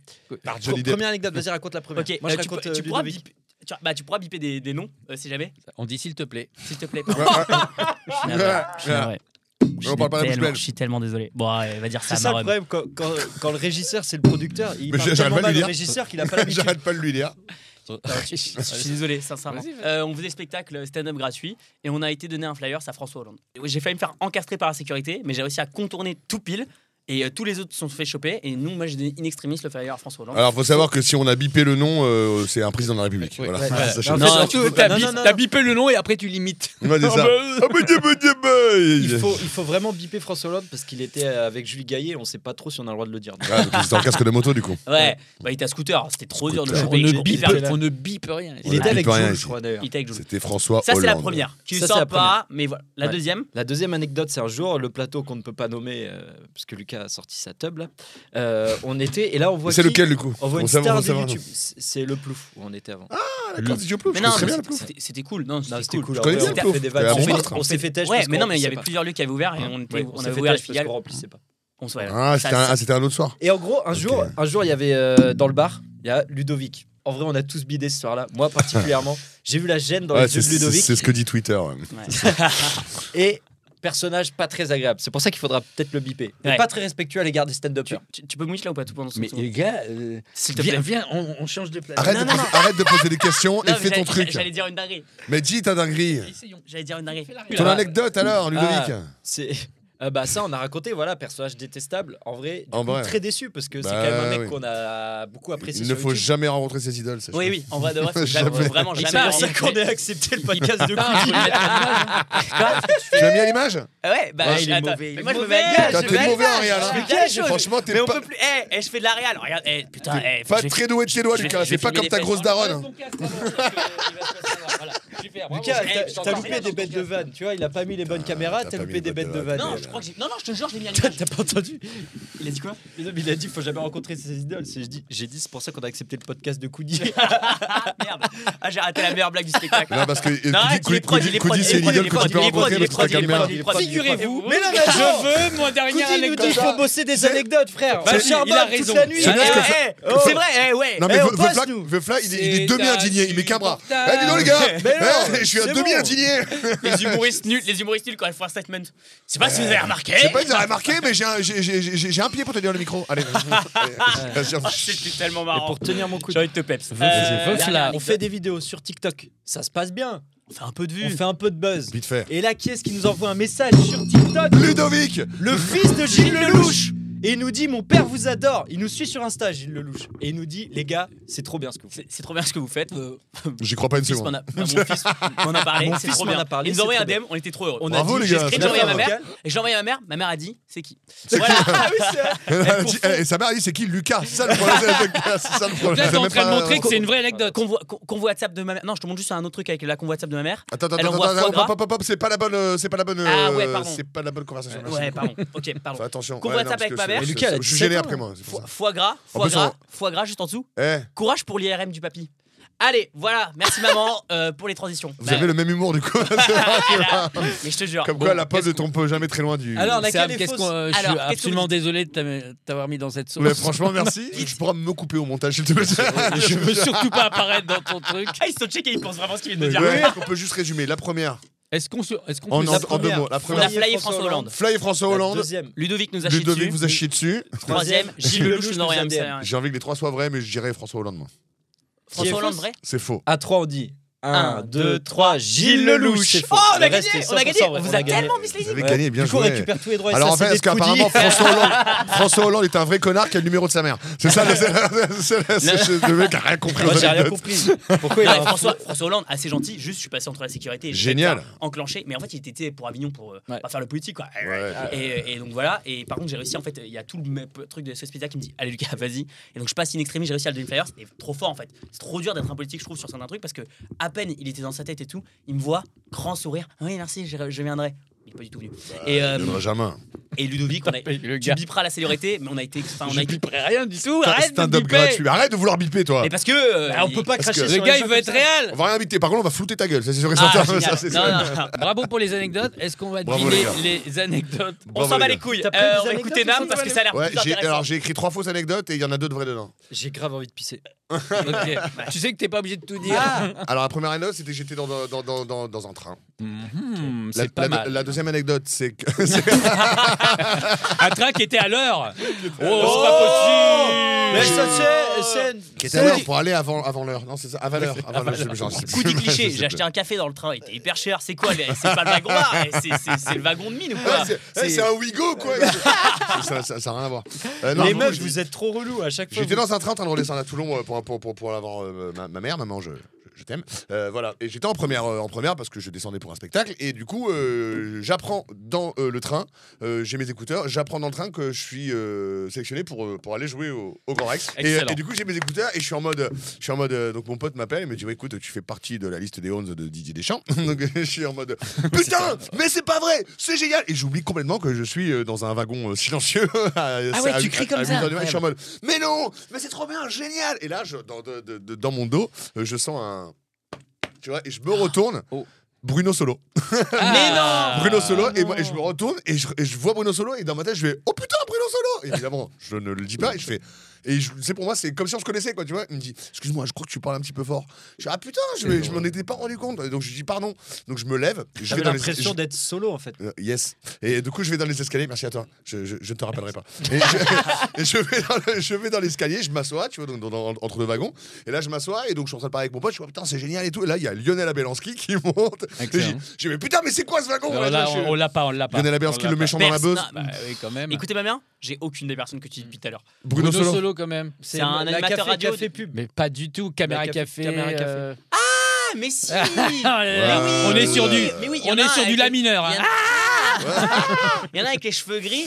S2: T'as Johnny Depp.
S10: Première anecdote, vas-y raconte la première.
S1: Ok,
S10: Moi je
S1: euh, tu,
S10: raconte
S1: peux-
S10: euh,
S1: tu pourras
S10: Ludovic.
S1: biper, tu, bah, tu pourras biper des, des noms, euh, si jamais,
S6: On dit s'il te plaît.
S1: s'il te plaît. Ah, bah.
S2: Ouais,
S6: Je suis
S2: ouais,
S6: navré.
S2: ouais.
S1: Je
S2: On parle pas
S1: suis
S2: la bouche
S1: tellement-
S2: belle.
S1: je suis tellement désolé. Bon, allez, va dire ça
S10: C'est
S1: à
S10: ça
S1: Maron.
S10: le problème quand, quand, quand le régisseur c'est le producteur, il
S2: Ah, Mais
S10: parle
S2: j'arrive
S10: tellement
S2: pas à lui
S10: mal au
S2: dire.
S10: régisseur qu'il a pas l'habitude.
S2: J'arrête pas de lui lire.
S1: Ah, Je suis désolé, sincèrement. Euh, on faisait spectacle stand-up gratuit et on a été donné un flyer à François Hollande. J'ai failli me faire encastrer par la sécurité, mais j'ai réussi à contourner tout pile. Et euh, tous les autres se sont fait choper. Et nous, moi, j'ai donné in extremis le flyer à François Hollande.
S2: Hein Alors, faut savoir que si on a bipé le nom, euh, c'est un président de la République.
S5: Ouais,
S2: Voilà.
S5: ouais,
S2: Ça, je-
S10: Non,
S6: Non,
S10: non,
S6: tu
S10: non,
S6: t'as
S10: non,
S6: bi-
S10: non, non.
S6: t'as bipé le nom et après tu limites.
S2: Ouais, c'est
S6: Ah
S2: ça.
S6: bah,
S2: Ah, mais Dieu, mais Dieu, mais-
S10: Il faut, il faut vraiment
S5: Bipé François Hollande parce qu'il était avec Julie Gaillet, on sait pas trop si on a le droit de le dire.
S2: Ah, donc, c'est en casque de moto, du coup.
S1: Ouais, bah, il était à scooter, c'était trop dur de le
S2: Scooter.
S1: choper.
S6: on, ne
S1: J'ai-
S6: bipe,
S1: il était-
S6: on ne bipe rien.
S2: On
S5: Il
S2: ne
S5: était
S2: dit
S5: avec
S2: pas rien
S5: Jules,
S2: ici.
S5: je crois d'ailleurs.
S1: il était avec Jules.
S2: C'était François
S1: Ça, c'est la
S2: Hollande.
S1: première. Tu
S5: Ça,
S1: le
S5: c'est
S1: sens
S5: la
S1: pas, mais voilà. La
S5: Ouais.
S1: deuxième,
S5: La deuxième anecdote, c'est un jour, le plateau qu'on ne peut pas nommer, euh, parce que Lucas a sorti sa tub là. Euh, on était, et là on voit.
S2: C'est
S5: qui
S2: lequel, du coup
S5: On voit une
S2: sait-
S5: star de
S2: sait-
S5: YouTube. C'est c'est le plouf où on était avant.
S2: Ah, d'accord, c'est Dieu Plouf,
S1: mais
S2: je
S1: non,
S2: connais
S1: mais
S2: bien le
S1: c'était-
S2: Plouf.
S1: c'était- c'était cool. Non,
S5: Non,
S1: c'était
S5: c'était
S1: cool.
S5: cool.
S2: Je connais
S5: en
S2: bien
S5: vrai,
S2: le
S5: on
S2: Plouf. Bah,
S5: fait des
S2: C'était
S5: vannes,
S2: un
S5: on s'est
S2: bon
S5: fait-
S2: monstre.
S5: on s'est fait têche.
S1: Ouais,
S5: parce
S1: mais non,
S5: qu'on
S1: mais il y
S5: sait
S1: avait
S5: pas.
S1: plusieurs lieux qui avaient ouvert et on, était-
S5: Ouais,
S1: on
S5: on s'est
S1: avait
S5: fait
S1: ouvert le
S5: têche parce
S1: filial.
S5: qu'on remplissait pas.
S1: On se ouais, ça,
S2: Ah, c'était un,
S1: ça-
S2: ah, c'était un autre soir.
S5: Et en gros, un jour,
S2: Ok.
S5: un jour, il y avait euh, dans le bar, il y a Ludovic. En vrai, on a tous bidé ce soir-là. Moi particulièrement, j'ai vu la gêne dans
S2: Ouais,
S5: les yeux
S2: c'est
S5: de
S2: c'est-
S5: Ludovic
S2: c'est ce que dit Twitter. ouais.
S1: ouais.
S5: et personnage pas très agréable. C'est pour ça qu'il faudra peut-être le biper. Et
S1: Ouais.
S5: Pas très respectueux à l'égard des stand-uppers.
S1: tu, tu- tu peux mouiller là ou pas tout pendant ce
S6: Mais
S1: ce-
S6: les gars, euh,
S1: S'il te plaît.
S6: viens, viens, on, on change de place.
S2: Arrête,
S1: Non,
S2: de
S1: non,
S2: poser, arrête de poser des questions et
S1: Non, mais
S2: fais ton
S1: j'allais-
S2: truc.
S1: J'allais dire une dinguerie.
S2: Mais dis ta dinguerie.
S1: J'allais dire une dinguerie.
S2: Ton anecdote alors, Ludovic
S5: Ah, c'est euh, bah ça on a raconté voilà personnage détestable en vrai, du
S2: En
S5: coup,
S2: vrai.
S5: très déçu parce que c'est
S2: Bah,
S5: quand même un mec
S2: oui.
S5: qu'on a beaucoup apprécié
S2: Il ne
S5: sur
S2: faut
S5: YouTube.
S2: jamais rencontrer ses idoles. sache-le.
S1: Oui, oui, en vrai de vrai, faut jamais-
S2: Jamais.
S1: vraiment
S5: Et
S1: jamais.
S5: c'est pour ça
S1: rencontrer-
S5: qu'on a accepté le podcast de
S6: Putain, faut le
S5: Cookie.
S6: mettre à l'image, hein.
S2: Tu l'as mis à l'image
S1: Ah Ouais, bah
S5: Ouais,
S1: je-
S5: il est
S1: attends,
S5: mauvais, il
S1: mais
S5: est
S1: moi je me
S5: mauvais.
S1: mets à gueule,
S2: Toi,
S1: je
S2: t'es
S1: me mets à
S2: mauvais en
S1: gueule,
S2: réel, hein.
S1: Je fais quelque chose.
S2: Franchement, t'es
S1: mais on
S2: pas-
S1: peut plus. Eh, eh, je fais de la réal. Regarde, eh, putain, eh,
S2: Pas
S1: je-
S2: très doué de chez toi,
S1: je vais-
S2: Lucas.
S1: je
S2: C'est
S1: vais
S2: pas
S1: filmer
S2: comme
S1: les
S2: ta
S1: fesses.
S2: grosse daronne.
S5: Lucas,
S1: Eh, je
S5: t'as-
S1: t'entends
S5: t'as
S1: rien
S5: loupé
S1: dans
S5: des
S1: ton
S5: bêtes de vannes, tu vois, il a pas mis les bonnes
S2: t'as
S5: caméras, t'as
S2: Ah, pas mis
S5: loupé
S2: les
S5: des
S2: bonnes
S5: bêtes de
S2: vannes.
S5: vannes.
S1: Non, je crois que j'ai. Non, non, je te jure, je l'ai mis à
S5: T'as
S1: l'image.
S5: t'as pas entendu
S1: Il a dit quoi
S5: Mais non, mais Il a dit faut jamais rencontrer ses idoles. C'est- je dis- J'ai dit c'est pour ça qu'on a accepté le podcast de Cookie.
S1: Ah merde. Ah, j'ai raté la meilleure blague du spectacle.
S2: Non, parce que euh,
S1: Non, arrête, il est prod, il est prod,
S2: Coudi,
S1: il
S2: c'est
S1: est
S2: une
S1: prod, il
S2: idole
S1: est
S2: que tu
S1: prod,
S2: peux
S1: il est prod,
S2: rencontrer,
S1: il est
S2: mais
S1: prod, il est
S2: tu t'as calmé un.
S1: prod, il est prod.
S5: Figurez-vous.
S1: Mais
S5: Mais
S1: non,
S5: non,
S1: mais non.
S5: je
S6: Veux, moi, dernière
S5: Cookie nous dit
S6: anecdote.
S5: faut bosser des
S2: C'est-
S5: anecdotes, frère.
S6: Bah,
S5: Va
S6: si,
S5: faire un
S6: il a
S5: bar toute
S6: raison.
S5: la nuit.
S2: C'est bien
S5: Eh,
S2: ce que
S5: eh,
S1: Eh,
S5: oh.
S1: C'est vrai, eh, ouais.
S2: Non, mais
S5: Eh, on
S2: Ve-
S5: passe,
S2: Vefla,
S5: nous.
S2: Vefla, il est il
S6: C'est
S2: est demi
S6: un
S2: indigné, il met qu'un bras.
S6: supportage.
S2: Eh, dis donc, les gars
S5: Mais non,
S2: Eh, Je suis un
S5: c'est
S2: demi
S5: bon.
S2: indigné
S1: Les humoristes nuls, les humoristes nuls quand ils font un statement. Je sais pas si vous avez remarqué.
S2: Je sais pas, ils auraient marqué, mais j'ai un- j'ai- j'ai j'ai- j'ai un pied pour tenir le micro. Allez.
S1: Oh, C'était tellement
S5: Et
S1: marrant.
S5: pour tenir mon coup.
S1: J'ai envie de te peps. Euh,
S6: veuf,
S1: dernière
S6: là.
S5: On
S1: anecdote.
S5: fait des vidéos sur TikTok. Ça se passe bien.
S1: On fait un peu de
S5: On
S1: vues.
S5: fait un peu de buzz.
S2: Vite fait.
S5: Et là, qui est-ce qui nous envoie un message sur TikTok
S2: Ludovic
S5: Le fils de Gilles Lelouch Et il nous dit Mon père vous adore Il nous suit sur Insta, Gilles Lelouch. Et il nous dit Les gars, c'est trop bien ce que vous faites.
S1: C'est c'est trop bien ce que vous faites. euh,
S2: J'y crois pas une
S1: fils m'en
S2: seconde.
S1: a, enfin, mon fils m'en a parlé.
S5: Mon
S1: c'est
S5: fils
S1: trop
S5: m'en
S1: bien.
S5: a parlé,
S1: Il nous
S5: c'est
S1: a envoyé un
S5: trop bien.
S1: DM, on était trop heureux.
S5: On
S2: Bravo,
S5: a dit
S2: les gars.
S5: j'ai
S1: Et
S5: écrit
S1: j'ai envoyé à ma
S5: dans
S1: mère,
S5: vocal.
S1: et j'ai envoyé à ma mère, ma mère a dit c'est qui
S5: C'est
S1: Voilà.
S5: clair. Ah oui, c'est vrai.
S2: Elle dit- eh, Et sa mère, elle dit c'est qui Lucas C'est ça le problème. C'est ça le
S6: Donc
S2: problème.
S6: là,
S2: Je
S6: t'es
S2: sais
S6: en
S2: même
S6: train de
S2: pas-
S6: montrer que c'est une vraie anecdote.
S1: Convoi con- convoi WhatsApp de ma mère. Non, je te montre juste un autre truc avec la convoi WhatsApp de ma mère.
S2: Attends, attends,
S1: Elle
S2: attends,
S1: envoie foie
S2: attends,
S1: gras.
S2: hop, hop, hop, hop, c'est pas la bonne, euh, c'est pas la bonne,
S1: Ah
S2: euh,
S1: ouais, pardon.
S2: c'est pas la bonne conversation. merci.
S1: Ouais, pardon. Ok, pardon.
S2: Fais attention.
S1: Qu'on
S2: Ouais,
S1: voit
S2: non,
S1: ça
S2: parce
S1: avec
S2: que
S1: ma
S2: je-
S1: mère.
S2: je-
S5: Mais Lucas, elle a
S2: je suis gêné
S5: 17 ans.
S2: après moi. c'est pour
S1: Foie,
S2: ça.
S1: foie gras,
S2: En
S1: foie
S2: plus,
S1: gras, foie gras juste en dessous.
S2: Eh,
S1: Courage pour l'IRM du papy. Allez, voilà. Merci maman euh, pour les transitions.
S2: Vous
S1: Bah,
S5: Ben.
S2: avez le même humour du coup. C'est vrai, tu vois.
S1: Mais je te jure.
S2: Comme
S1: Bon,
S2: quoi, la pause
S1: qu'est-ce
S2: ne tombe jamais très loin du.
S5: Alors, laquelle
S3: Sam,
S5: est
S3: qu'est-ce
S5: fausse
S3: qu'on- euh, Je suis
S1: Alors, qu'est-ce que vous
S3: absolument
S1: dites
S3: désolé de t'am- t'avoir mis dans cette sauce.
S2: Mais franchement, merci. Tu pourras me couper au montage, s'il te plaît.
S3: je veux surtout pas apparaître dans ton truc.
S1: Ah, ils sont checkés, ils pensent vraiment ce qu'ils viennent de dire.
S2: Ouais, on peut juste résumer. La première,
S3: Est-ce qu'on se- est-ce qu'on
S2: en,
S3: peut
S2: en-
S5: la
S2: en deux
S5: première.
S2: mots. La
S1: On a
S2: première,
S1: flyé François Hollande.
S2: Fly et François Hollande.
S5: Deuxième.
S1: Ludovic nous a chié
S2: Ludovic
S1: dessus.
S2: vous a chié dessus.
S1: Troisième, Gilles Lelouch nous aurait
S5: a
S1: aimé.
S5: dit.
S1: ça, ouais.
S2: J'ai envie que les trois soient vrais, mais je dirais François Hollande, moi.
S5: Qui est
S1: François Hollande,
S5: fausse
S1: vrai
S2: C'est faux.
S5: À 3, on dit 1,
S1: Un,
S5: 2, 3, Gilles Lelouch. c'est
S1: Oh,
S5: faux.
S1: on
S5: Le
S1: a
S5: reste
S1: gagné
S5: est
S1: On a gagné
S5: 100%
S1: On
S5: vrai,
S1: vous a tellement mis
S2: Vous
S1: les
S2: avez
S5: Ouais.
S2: gagné, bien
S5: du coup, on
S2: joué.
S5: récupère tous les droits et
S2: Alors en
S5: ça,
S2: fait,
S5: c'est
S2: parce
S5: des
S2: qu'apparemment
S5: foodies.
S2: François Hollande, François Hollande est un vrai connard qui a le numéro de sa mère. C'est ça, le- c'est c'est- c'est- c'est- le mec qui a rien compris
S5: Moi,
S2: aux
S5: j'ai rien
S2: anecdotes.
S5: compris. Pourquoi il
S1: Non,
S5: a
S1: mais
S5: un
S1: François, François Hollande, assez gentil, juste je suis passé entre la sécurité et le
S2: Génial.
S1: secteur enclenché, mais en fait il était pour Avignon pour euh,
S3: Ouais.
S1: pas faire le politique quoi.
S2: Ouais.
S5: Ah.
S1: Et, et donc voilà, et par contre j'ai réussi en fait, il y a tout le même truc de ce spectacle qui me dit allez Lucas vas-y, et donc je passe in extremis, j'ai réussi à le Flyers, c'était trop fort en fait, c'est trop dur d'être un politique je trouve sur certains trucs parce que à peine il était dans sa tête et tout, il me voit, grand sourire, oui merci je, je viendrai, il est pas du tout venu. et, euh,
S2: Il viendra jamais.
S1: et Ludovic, on a,
S3: Le
S1: tu
S3: gars.
S1: biperas la célérité, mais on a été, enfin, on
S3: Je
S1: a été,
S3: biperai rien du tout.
S2: Putain,
S3: Arrête de
S2: Stand-up
S3: biper.
S2: gratuit. Arrête de vouloir biper, toi.
S1: mais parce que euh,
S5: Ah, on
S1: il-
S5: peut pas
S2: Parce
S5: cracher
S2: que-
S5: sur
S3: Le
S5: les
S3: gars,
S5: gens
S3: il veut
S5: comme
S3: être
S5: ça.
S3: réel.
S2: On va rien bipter. Par contre, on va flouter ta gueule. Ça, C'est sûr et
S1: Ah,
S2: certain.
S1: génial.
S2: Ça, c'est
S1: Non,
S2: sûr.
S1: non, non.
S3: Bravo pour les anecdotes. Est-ce qu'on va
S2: Bravo,
S3: deviner
S2: les gars.
S3: les anecdotes
S1: On
S2: Bravo,
S1: s'en bat
S2: les
S1: les couilles.
S5: T'as pris
S1: Euh,
S5: des
S1: on va
S5: anecdotes
S1: écouter Nam
S5: aussi,
S1: parce que
S5: toi,
S1: ça a l'air
S2: bah, Ouais,
S1: plus
S2: j'ai-
S1: intéressant.
S2: alors j'ai écrit trois fausses anecdotes et il y en a deux de vraies dedans.
S5: J'ai grave envie de pisser.
S3: Ok. Bah, Tu sais que t'es pas obligé de tout dire.
S1: Ah.
S2: Alors la première anecdote, c'était que j'étais dans, dans, dans, dans, dans un train.
S3: Mhm,
S2: La,
S3: C'est pas
S2: la-
S3: mal.
S2: la deuxième anecdote, c'est que
S3: Un train qui était à l'heure.
S5: Oh,
S3: c'est pas
S5: Mais
S3: possible.
S5: ça, c'est- c'est.
S2: qui était à l'heure pour aller avant, avant l'heure. Non, c'est ça, avant l'heure. Avant l'heure, je- j'en sais
S1: Coup du
S2: plus.
S1: cliché,
S2: Je sais
S1: j'ai acheté
S2: plus.
S1: un café dans le train, il était hyper cher, c'est quoi les- C'est pas le wagon noir, eh, c'est- c'est c'est le wagon de mine ou
S2: Ouais,
S1: quoi
S2: c'est- eh, C'est un Wigo, quoi. ça, ça, ça a rien à voir. Euh, non,
S5: Les
S2: non,
S5: meufs,
S2: j'ai-
S5: vous êtes trop relous à chaque fois.
S2: J'étais
S5: vous-
S2: dans un train en train de redescendre à Toulon euh, pour, pour, pour, pour aller voir euh, ma, ma mère, maman, je, je- je t'aime. Euh, voilà, et j'étais en première, euh, en première parce que je descendais pour un spectacle. Et du coup, euh, j'apprends dans euh, le train, euh, j'ai mes écouteurs, j'apprends dans le train que je suis euh, sélectionné pour, euh, pour aller jouer au, au Grand Rex. Et, euh,
S3: Excellent.
S2: et du coup, j'ai mes écouteurs et je suis en mode. Je suis en mode euh, donc mon pote m'appelle et me dit ouais, écoute, tu fais partie de la liste des 11 de Didier Deschamps. donc je suis en mode putain, mais c'est pas vrai, c'est génial. Et j'oublie complètement que je suis euh, dans un wagon euh, silencieux. à, ah
S1: ouais, tu cries comme ça,
S2: je suis en mode mais non, mais c'est trop bien, génial. Et là, je- dans, de- de- de- dans mon dos, euh, je sens un. Tu vois, et je me retourne.
S3: Oh.
S2: Bruno Solo.
S3: Mais
S2: Bruno Solo, et, moi, et je me retourne et je, et je vois Bruno Solo, et dans ma tête, je vais Oh putain, Bruno Solo Et Évidemment, je ne le dis pas, et je fais. Et je- c'est pour moi, c'est comme si on se connaissait, quoi, tu vois. Il me dit Excuse-moi, je crois que tu parles un petit petit peu fort. Je dis Ah putain, je, je m'en étais pas rendu compte. Et donc je dis Pardon. Donc je me lève, je
S5: J'avais
S2: vais dans les.
S5: l'impression d'être solo en fait.
S2: Euh, yes. Et du coup, je vais dans les escaliers. Merci à toi. Je, je, je ne te rappellerai pas. Et je, et je vais dans le- je vais dans l'escalier, je m'assois, tu vois, dans- dans- dans- entre deux wagons. Et là, je m'assois et donc je suis en train de parler avec mon pote. Je suis putain, c'est génial et tout. Et là, il y a Lionel Abelansky qui monte. Et
S3: Excellent.
S2: j'ai- J'ai mais putain, mais c'est quoi ce wagon
S3: On
S2: Là,
S3: l'a-
S2: je- je-
S3: on- on l'a pas, on l'a pas.
S2: Oh, Lionel
S3: On
S2: Abelansky,
S3: l'a
S2: le
S3: pas.
S2: méchant dans la
S1: Personne-
S2: buzz.
S1: Bah,
S3: Bah oui, quand même.
S1: Écoutez ma bien, j'ai aucune des personnes que tu dis depuis tout à l'heure.
S2: Bruno, Solo.
S3: quand même.
S1: C'est un
S5: la
S1: animateur
S5: café,
S1: radio.
S5: Café pub.
S3: Mais pas du tout. Caméra
S5: La caf-
S3: café.
S5: Caméra Café.
S3: euh,
S1: Bah, Ah mais si
S3: Ah, là, là, là.
S2: Ouais.
S3: On est sur du.
S1: Mais oui, il y
S3: On
S1: en a
S3: est
S1: un
S3: sur du
S1: avec-
S3: la mineur.
S1: Il y en
S3: hein.
S1: a- Il y en a avec les cheveux gris,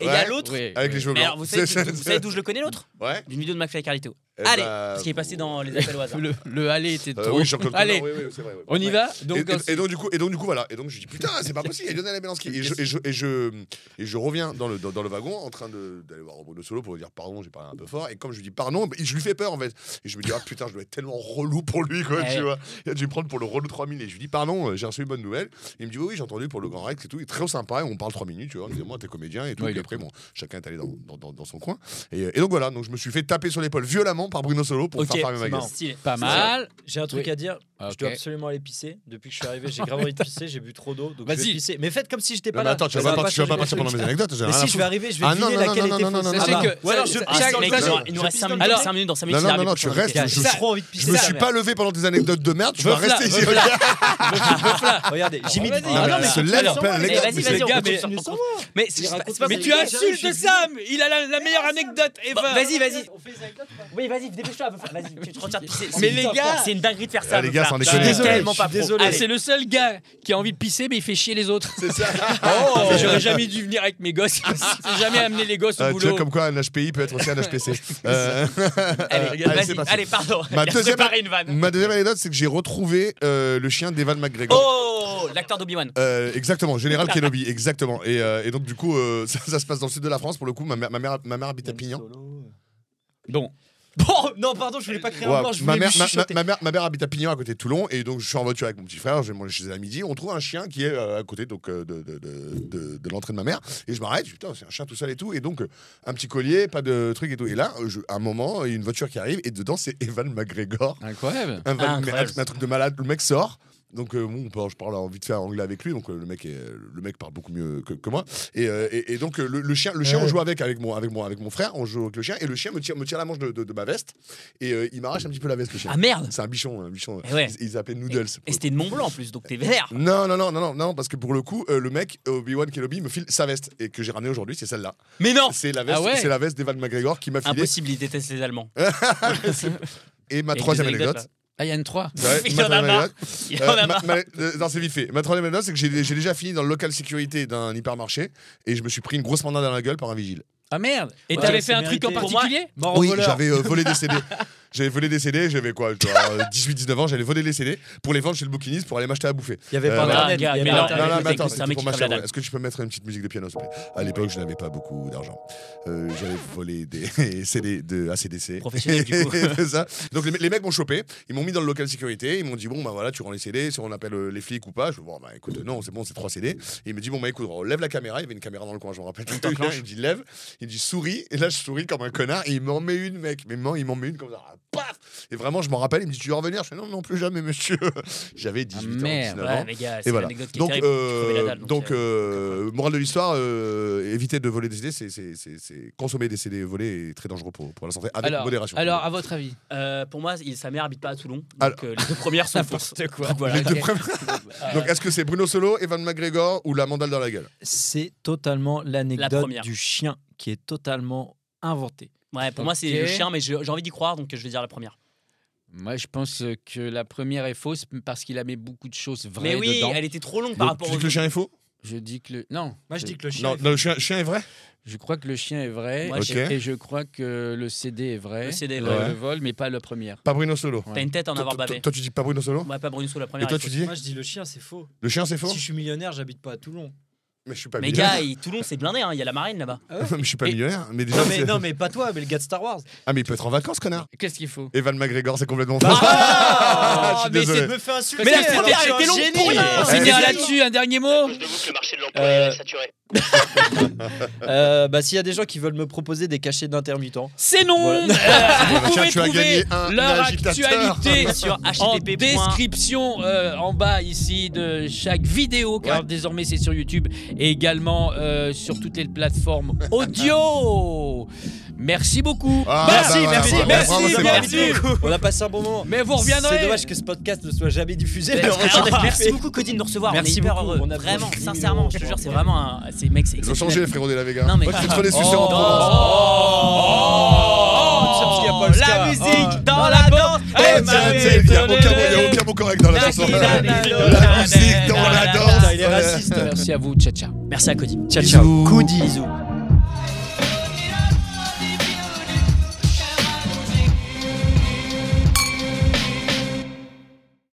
S1: et il y a
S2: Ouais.
S1: l'autre.
S3: Oui.
S2: Avec les cheveux
S1: Mais alors,
S2: blancs.
S1: vous savez,
S2: C'est-
S1: vous savez d'où je le connais l'autre
S2: Ouais.
S1: D'une vidéo de McFly et Carlito.
S2: Eh
S1: Allez,
S2: bah,
S1: parce qu'il est passé dans les appels au hasard.
S3: Le, le aller était
S2: Euh,
S3: trop.
S2: oui, Jean-Claude Connard,
S3: Allez,
S2: oui, oui, c'est vrai, oui.
S3: on y
S2: Ouais.
S3: va.
S2: Et,
S3: Donc, euh,
S2: et- et donc du coup, et donc du coup, voilà. Et donc je dis putain, c'est pas possible. Il y a Lionel Abelansky. Et je, et je, et je, et je reviens dans le, dans, dans le wagon en train de- d'aller voir Bruno Solo pour lui dire pardon, j'ai parlé un peu fort. Et comme je lui dis pardon, bah, je lui fais peur en fait. Et je me dis ah putain, je dois être tellement relou pour lui quoi,
S1: Ouais.
S2: tu vois. Il a dû me prendre pour le relou 3000. Et je lui dis pardon, euh, j'ai reçu une bonne nouvelle. Il me dit oui, oui, j'ai entendu pour le Grand Rex et tout. Il est très sympa. Et on parle 3 minutes, tu vois. Moi, t'es comédien et tout.
S3: Ouais, il est
S2: et après, bon, chacun est allé dans, dans, dans, dans son coin. Et, euh, et donc voilà. Donc je me suis fait taper sur l'épaule violemment par Bruno Solo pour
S3: Ok,
S2: faire fermer ma
S3: c'est
S2: gueule.
S3: marrant.
S1: Stylé.
S3: pas mal.
S5: J'ai un truc
S3: Oui.
S5: à dire.
S3: Ah,
S5: Je dois
S3: ok.
S5: absolument aller pisser. Depuis que je suis arrivé, j'ai grave envie de pisser. J'ai bu trop d'eau. Donc je
S3: Vas-y.
S5: vais pisser. Mais faites comme si j'étais
S2: Non,
S5: pas
S2: mais
S5: là.
S2: attends, tu vas
S5: Ça
S2: pas,
S5: va
S2: partir- tu vas
S5: changer
S2: pas
S5: le
S2: partir
S5: truc.
S2: pendant mes anecdotes. j'ai
S5: Mais
S2: rien à
S5: si je vais
S2: foutre.
S5: arriver, je
S2: Ah,
S5: vais
S2: non,
S5: deviner
S2: non, non,
S5: laquelle
S2: non,
S5: était
S2: non, non,
S5: fausse.
S2: non,
S5: Ah
S3: Sachez
S5: bah,
S3: que-
S5: Voilà,
S3: sachez-
S5: je
S3: Ah,
S5: chaque-
S3: dans le
S1: Mec,
S5: chaque-
S1: genre, il nous reste 5 minutes,
S3: Alors-
S1: 5 minutes, dans 5
S2: Non,
S1: minutes,
S2: non,
S1: il
S2: non, non,
S1: arrive
S2: je
S1: sur le
S2: reste.
S1: podcast.
S2: Je
S5: J'ai
S2: suis
S5: trop envie de pisser.
S2: Je me suis pas levé pendant tes anecdotes de merde, je dois
S3: Veuf
S2: rester
S3: là,
S2: ici.
S3: veuf
S2: regarde.
S5: Regardez, j'ai mis.
S3: Vas-y.
S5: Ah,
S2: Non, mais
S5: non,
S2: on
S5: mais
S2: se
S5: c'est-
S2: lève
S5: alors,
S2: plein
S5: mais-
S2: les
S1: vas-y,
S2: gars,
S1: vas-y,
S3: les
S1: on
S3: gars,
S1: continue.
S3: mais-
S1: on continue.
S5: savoir.
S1: Mais c'est
S5: raconte
S1: c'est pas
S5: ses
S3: Mais
S1: possible.
S3: tu
S5: gars,
S3: insultes
S5: je suis
S3: Sam. Il a la, la meilleure anecdote
S1: Bah,
S3: ever.
S1: Vas-y, vas-y. Oui, vas-y, dépêche-toi. meuf. Vas-y, tu te retiens. C'est-
S3: Mais
S1: c'est-
S3: les
S1: putain,
S3: gars-
S1: c'est une dinguerie de faire ça.
S2: Ah, les
S1: meuf,
S2: gars,
S1: là.
S2: sans
S1: Je
S2: déconner.
S1: suis
S5: Désolé,
S1: tellement
S5: je suis
S1: pas pro.
S5: désolé.
S3: Ah,
S1: Allez.
S3: c'est le seul gars qui a envie de pisser, mais il fait chier les autres.
S2: C'est ça. Oh.
S3: Mais J'aurais jamais dû venir avec mes gosses. J'ai jamais amené les gosses au
S2: Euh, Tu
S3: boulot.
S2: vois, comme quoi un HPI peut être aussi un HPC. Euh,
S1: Allez,
S2: allez,
S1: vas-y,
S2: c'est parti.
S1: allez, pardon.
S2: Ma
S1: Il a
S2: deuxième-
S1: préparé une vanne.
S2: Ma deuxième anecdote, c'est que j'ai retrouvé euh, le chien d'Evan McGregor.
S1: Oh, l'acteur d'Obi-Wan.
S2: Euh, exactement, Général Kenobi, exactement. Et, euh, et donc, du hein. coup, euh, ça, ça se passe dans le sud de la France. Pour le coup, ma, mère- ma mère, ma mère habite à Pignan.
S5: Solo.
S3: Bon,
S5: Bon, non, pardon, je voulais pas créer
S2: Ouais,
S5: un plan, je
S2: ma,
S5: voulais
S2: mère,
S5: juste
S2: ma- ma-
S5: chuchoter.
S2: ma mère, ma mère habite à Pignon à côté de Toulon et donc je suis en voiture avec mon petit frère, je vais manger chez elle à midi. On trouve un chien qui est euh, à côté donc, euh, de, de- de- de- de l'entrée de ma mère et je m'arrête, je dis, putain, c'est un chien tout seul et tout. Et donc euh, un petit collier, pas de truc et tout. Et là, euh, je- à un moment, il y a une voiture qui arrive et dedans c'est Evan McGregor.
S3: Incroyable.
S2: Un, van- mais
S1: Incroyable.
S2: un- un truc de malade, le mec sort. Donc euh, bon, on peut- je parle envie de faire anglais avec lui, donc euh, le mec est, le mec parle beaucoup mieux que, que moi. Et, euh, et- et donc euh, le, le chien, le chien, on joue avec avec mon avec mon avec mon frère, on joue avec le chien et le chien me tire me tire la manche de, de- de ma veste et euh, il m'arrache un petit peu la veste le chien.
S1: Ah merde
S2: C'est un bichon, un bichon.
S1: Eh ouais.
S2: Ils, ils appelaient Noodles.
S1: Et c'était de Mont Blanc en plus, donc t'es vert.
S2: Non, non, non, non, non, non, parce que pour le coup, euh, le mec, Obi-Wan Kenobi, me file sa veste et que j'ai ramenée aujourd'hui, c'est celle-là.
S1: Mais non
S2: C'est la veste,
S3: Ah ouais
S2: c'est la veste d'Evan McGregor qui m'a filé.
S1: Impossible, il déteste les Allemands.
S2: Et ma
S1: Et
S2: troisième
S1: des anecdotes,
S2: anecdote.
S3: Ah, il y a une 3.
S2: Ouais,
S1: Il
S2: ma
S1: y en a
S2: troisième
S1: marre.
S2: anecdote.
S1: Il
S2: Euh,
S1: en a
S2: ma-
S1: marre.
S2: ma- euh, non, c'est vite fait. Ma troisième anecdote, c'est que j'ai j'ai déjà fini dans le local sécurité d'un hypermarché et je me suis pris une grosse mandate dans la gueule par un vigile.
S3: Ah merde.
S1: Et
S3: Et
S1: Ouais,
S3: t'avais
S1: c'est
S3: fait un truc en
S1: mérité. Pour moi-
S3: particulier
S2: oui, j'avais euh, volé des CD. J'avais volé des CD, j'avais quoi 18-19 ans, j'allais voler des CD pour les vendre chez le bouquiniste pour aller m'acheter à bouffer.
S5: Il y avait
S2: Euh,
S5: pas
S2: voilà.
S5: internet. il y avait
S1: Mais
S5: pas
S1: non,
S5: internet.
S2: Non, non,
S1: écoutez,
S2: mais attends,
S1: c'est un
S2: c'était
S1: mec
S2: pour
S1: qui
S2: ma
S1: crève
S2: chère
S1: la
S2: voix.
S1: dalle.
S2: Est-ce que tu peux mettre une petite musique de piano, s'il te plaît À l'époque, je n'avais pas beaucoup d'argent. Euh, J'avais volé des CD de ACDC.
S1: Professionnel, du coup.
S2: C'est ça. Donc, les, me- les mecs m'ont chopé. Ils m'ont mis dans le local sécurité. Ils m'ont dit Bon, bah voilà, tu rends les CD. Si on appelle euh, les flics ou pas, je dis Bon, bah écoute, non, c'est bon, c'est trois CD. Et il me dit Bon, bah écoute, lève la caméra. Il y avait une caméra dans le coin, je me rappelle. Il me dit Lève. Il me dit Souris. Et là, je souris comme un connard. Et il m'en met une, mec. Mais moi, il m'en met une comme ça. Ah, Paf Et vraiment, je m'en rappelle. Il me dit Tu veux revenir Je fais Non, non, plus jamais, monsieur. J'avais 18 ans,
S3: merde.
S2: 19 ans.
S1: Ah, Ouais, les gars,
S2: Et
S1: c'est
S2: voilà.
S1: l'anecdote qui est
S2: Donc,
S1: terrible.
S2: euh,
S1: crevais la dalle, donc,
S2: donc
S1: euh,
S2: euh, morale de l'histoire, euh, éviter de voler des CD, c'est- c'est c'est- c'est- consommer des CD volés est très dangereux pour, pour la santé, avec
S3: alors,
S2: modération.
S3: alors, à votre avis
S1: Euh, Pour moi, il- sa mère habite pas à Toulon.
S2: Alors-
S1: Donc euh, les deux premières sont fausses.
S3: quoi.
S1: Donc, voilà.
S2: Les deux premiers- donc, est-ce que c'est Bruno Solo, Evan McGregor ou la mandale dans la gueule
S11: C'est totalement
S1: La
S11: l'anecdote
S1: première.
S11: du chien qui est totalement inventée.
S1: Ouais, pour moi, c'est
S3: Ok.
S1: le chien, mais j'ai j'ai envie d'y croire, donc euh, je vais dire la première.
S3: Moi, je pense que la première est fausse parce qu'il a mis beaucoup de choses vraies
S1: Mais oui,
S3: dedans.
S1: elle était trop longue
S2: Donc,
S1: par rapport
S2: Tu dis
S1: au.
S2: que le chien est faux
S3: Je dis que le... Non.
S5: Moi, je dis que le chien.
S2: Non, non, le chien, chien est vrai
S3: Je crois que le chien est vrai.
S1: Moi,
S2: Ok.
S3: Et et je crois que le CD est vrai.
S1: Le CD est
S3: Le-
S1: vrai.
S3: Le vol, mais pas le premier.
S2: Pas Bruno Solo.
S1: T'as une tête à en
S2: Toi-
S1: avoir
S2: toi-
S1: bavé.
S2: Toi, tu dis pas Bruno Solo
S1: Ouais, pas Brunso, la
S2: Et
S1: première.
S2: toi,
S1: est
S2: tu
S1: fausse.
S2: dis
S5: Moi, je dis le chien, c'est faux.
S2: Le chien, c'est faux
S5: Si je suis millionnaire, j'habite pas à Toulon.
S2: Mais je suis pas
S1: Mais gars, il-
S2: millionnaire.
S1: Toulon, c'est blindé, hein, il y a la marine là-bas.
S2: Mais je suis pas
S3: Et-
S2: millionnaire. Mais déjà,
S5: Non mais,
S2: c'est-
S5: non, mais pas toi, mais le gars de Star Wars.
S2: Ah, mais il peut être en vacances, connard.
S3: Qu'est-ce qu'il faut Oh,
S2: Evan McGregor, c'est complètement faux.
S1: Bah,
S5: Ah,
S2: Je suis
S5: mais c'est
S2: désolé.
S5: de me faire insulter.
S1: Mais la
S5: alors
S1: première,
S5: que
S1: elle
S5: je suis
S1: était longue
S5: un
S1: pour
S5: génie. Ah,
S1: rien.
S3: On
S2: Eh,
S3: finira
S2: eh,
S3: là-dessus, un dernier mot
S5: Euh, euh, bah, s'il y a des gens qui veulent me proposer des cachets d'intermittents,
S1: C'est non
S5: Voilà.
S1: Euh,
S2: Tiens,
S1: pouvez
S2: tu as gagné
S1: trouver
S2: un
S3: leur
S2: agitateur.
S3: actualité
S1: sur
S3: en
S1: http.
S3: description euh, en bas ici de chaque vidéo, car désormais c'est sur YouTube et également euh, sur toutes les plateformes audio. Merci beaucoup.
S2: Ah,
S3: merci,
S2: bah, voilà,
S3: merci,
S2: bravo,
S3: merci,
S2: bravo, c'est
S3: merci.
S5: on a passé un bon moment.
S3: Mais vous reviendrez.
S5: C'est dommage que ce podcast ne soit jamais diffusé. mais
S1: Alors,
S5: on a
S1: Merci
S5: fait.
S1: beaucoup Cody de nous recevoir,
S5: Merci
S1: on est hyper
S5: beaucoup,
S1: heureux.
S5: on a
S1: Vraiment,
S5: pris
S1: sincèrement, je te jure, c'est vraiment un. C'est mec, c'est
S2: Ils ont changé, les
S1: exceptionnel.
S2: frérots de la Vega.
S1: Non, mais-
S2: Moi, je te les
S5: Oh,
S2: suceurs en
S5: non.
S2: province.
S5: Oh, il me semble qu'il y a pas
S1: la
S5: le Scar.
S1: musique dans la danse. Eh,
S2: Ah, tiens, tiens, Il n'y a aucun- il y a aucun mot correct dans la chanson.
S1: La
S2: La musique dans la danse.
S5: Putain, il est raciste.
S3: Merci à vous. Ciao, ciao.
S1: Merci à Cody.
S5: Ciao, ciao.
S2: Bisous.
S5: Coup de bisous.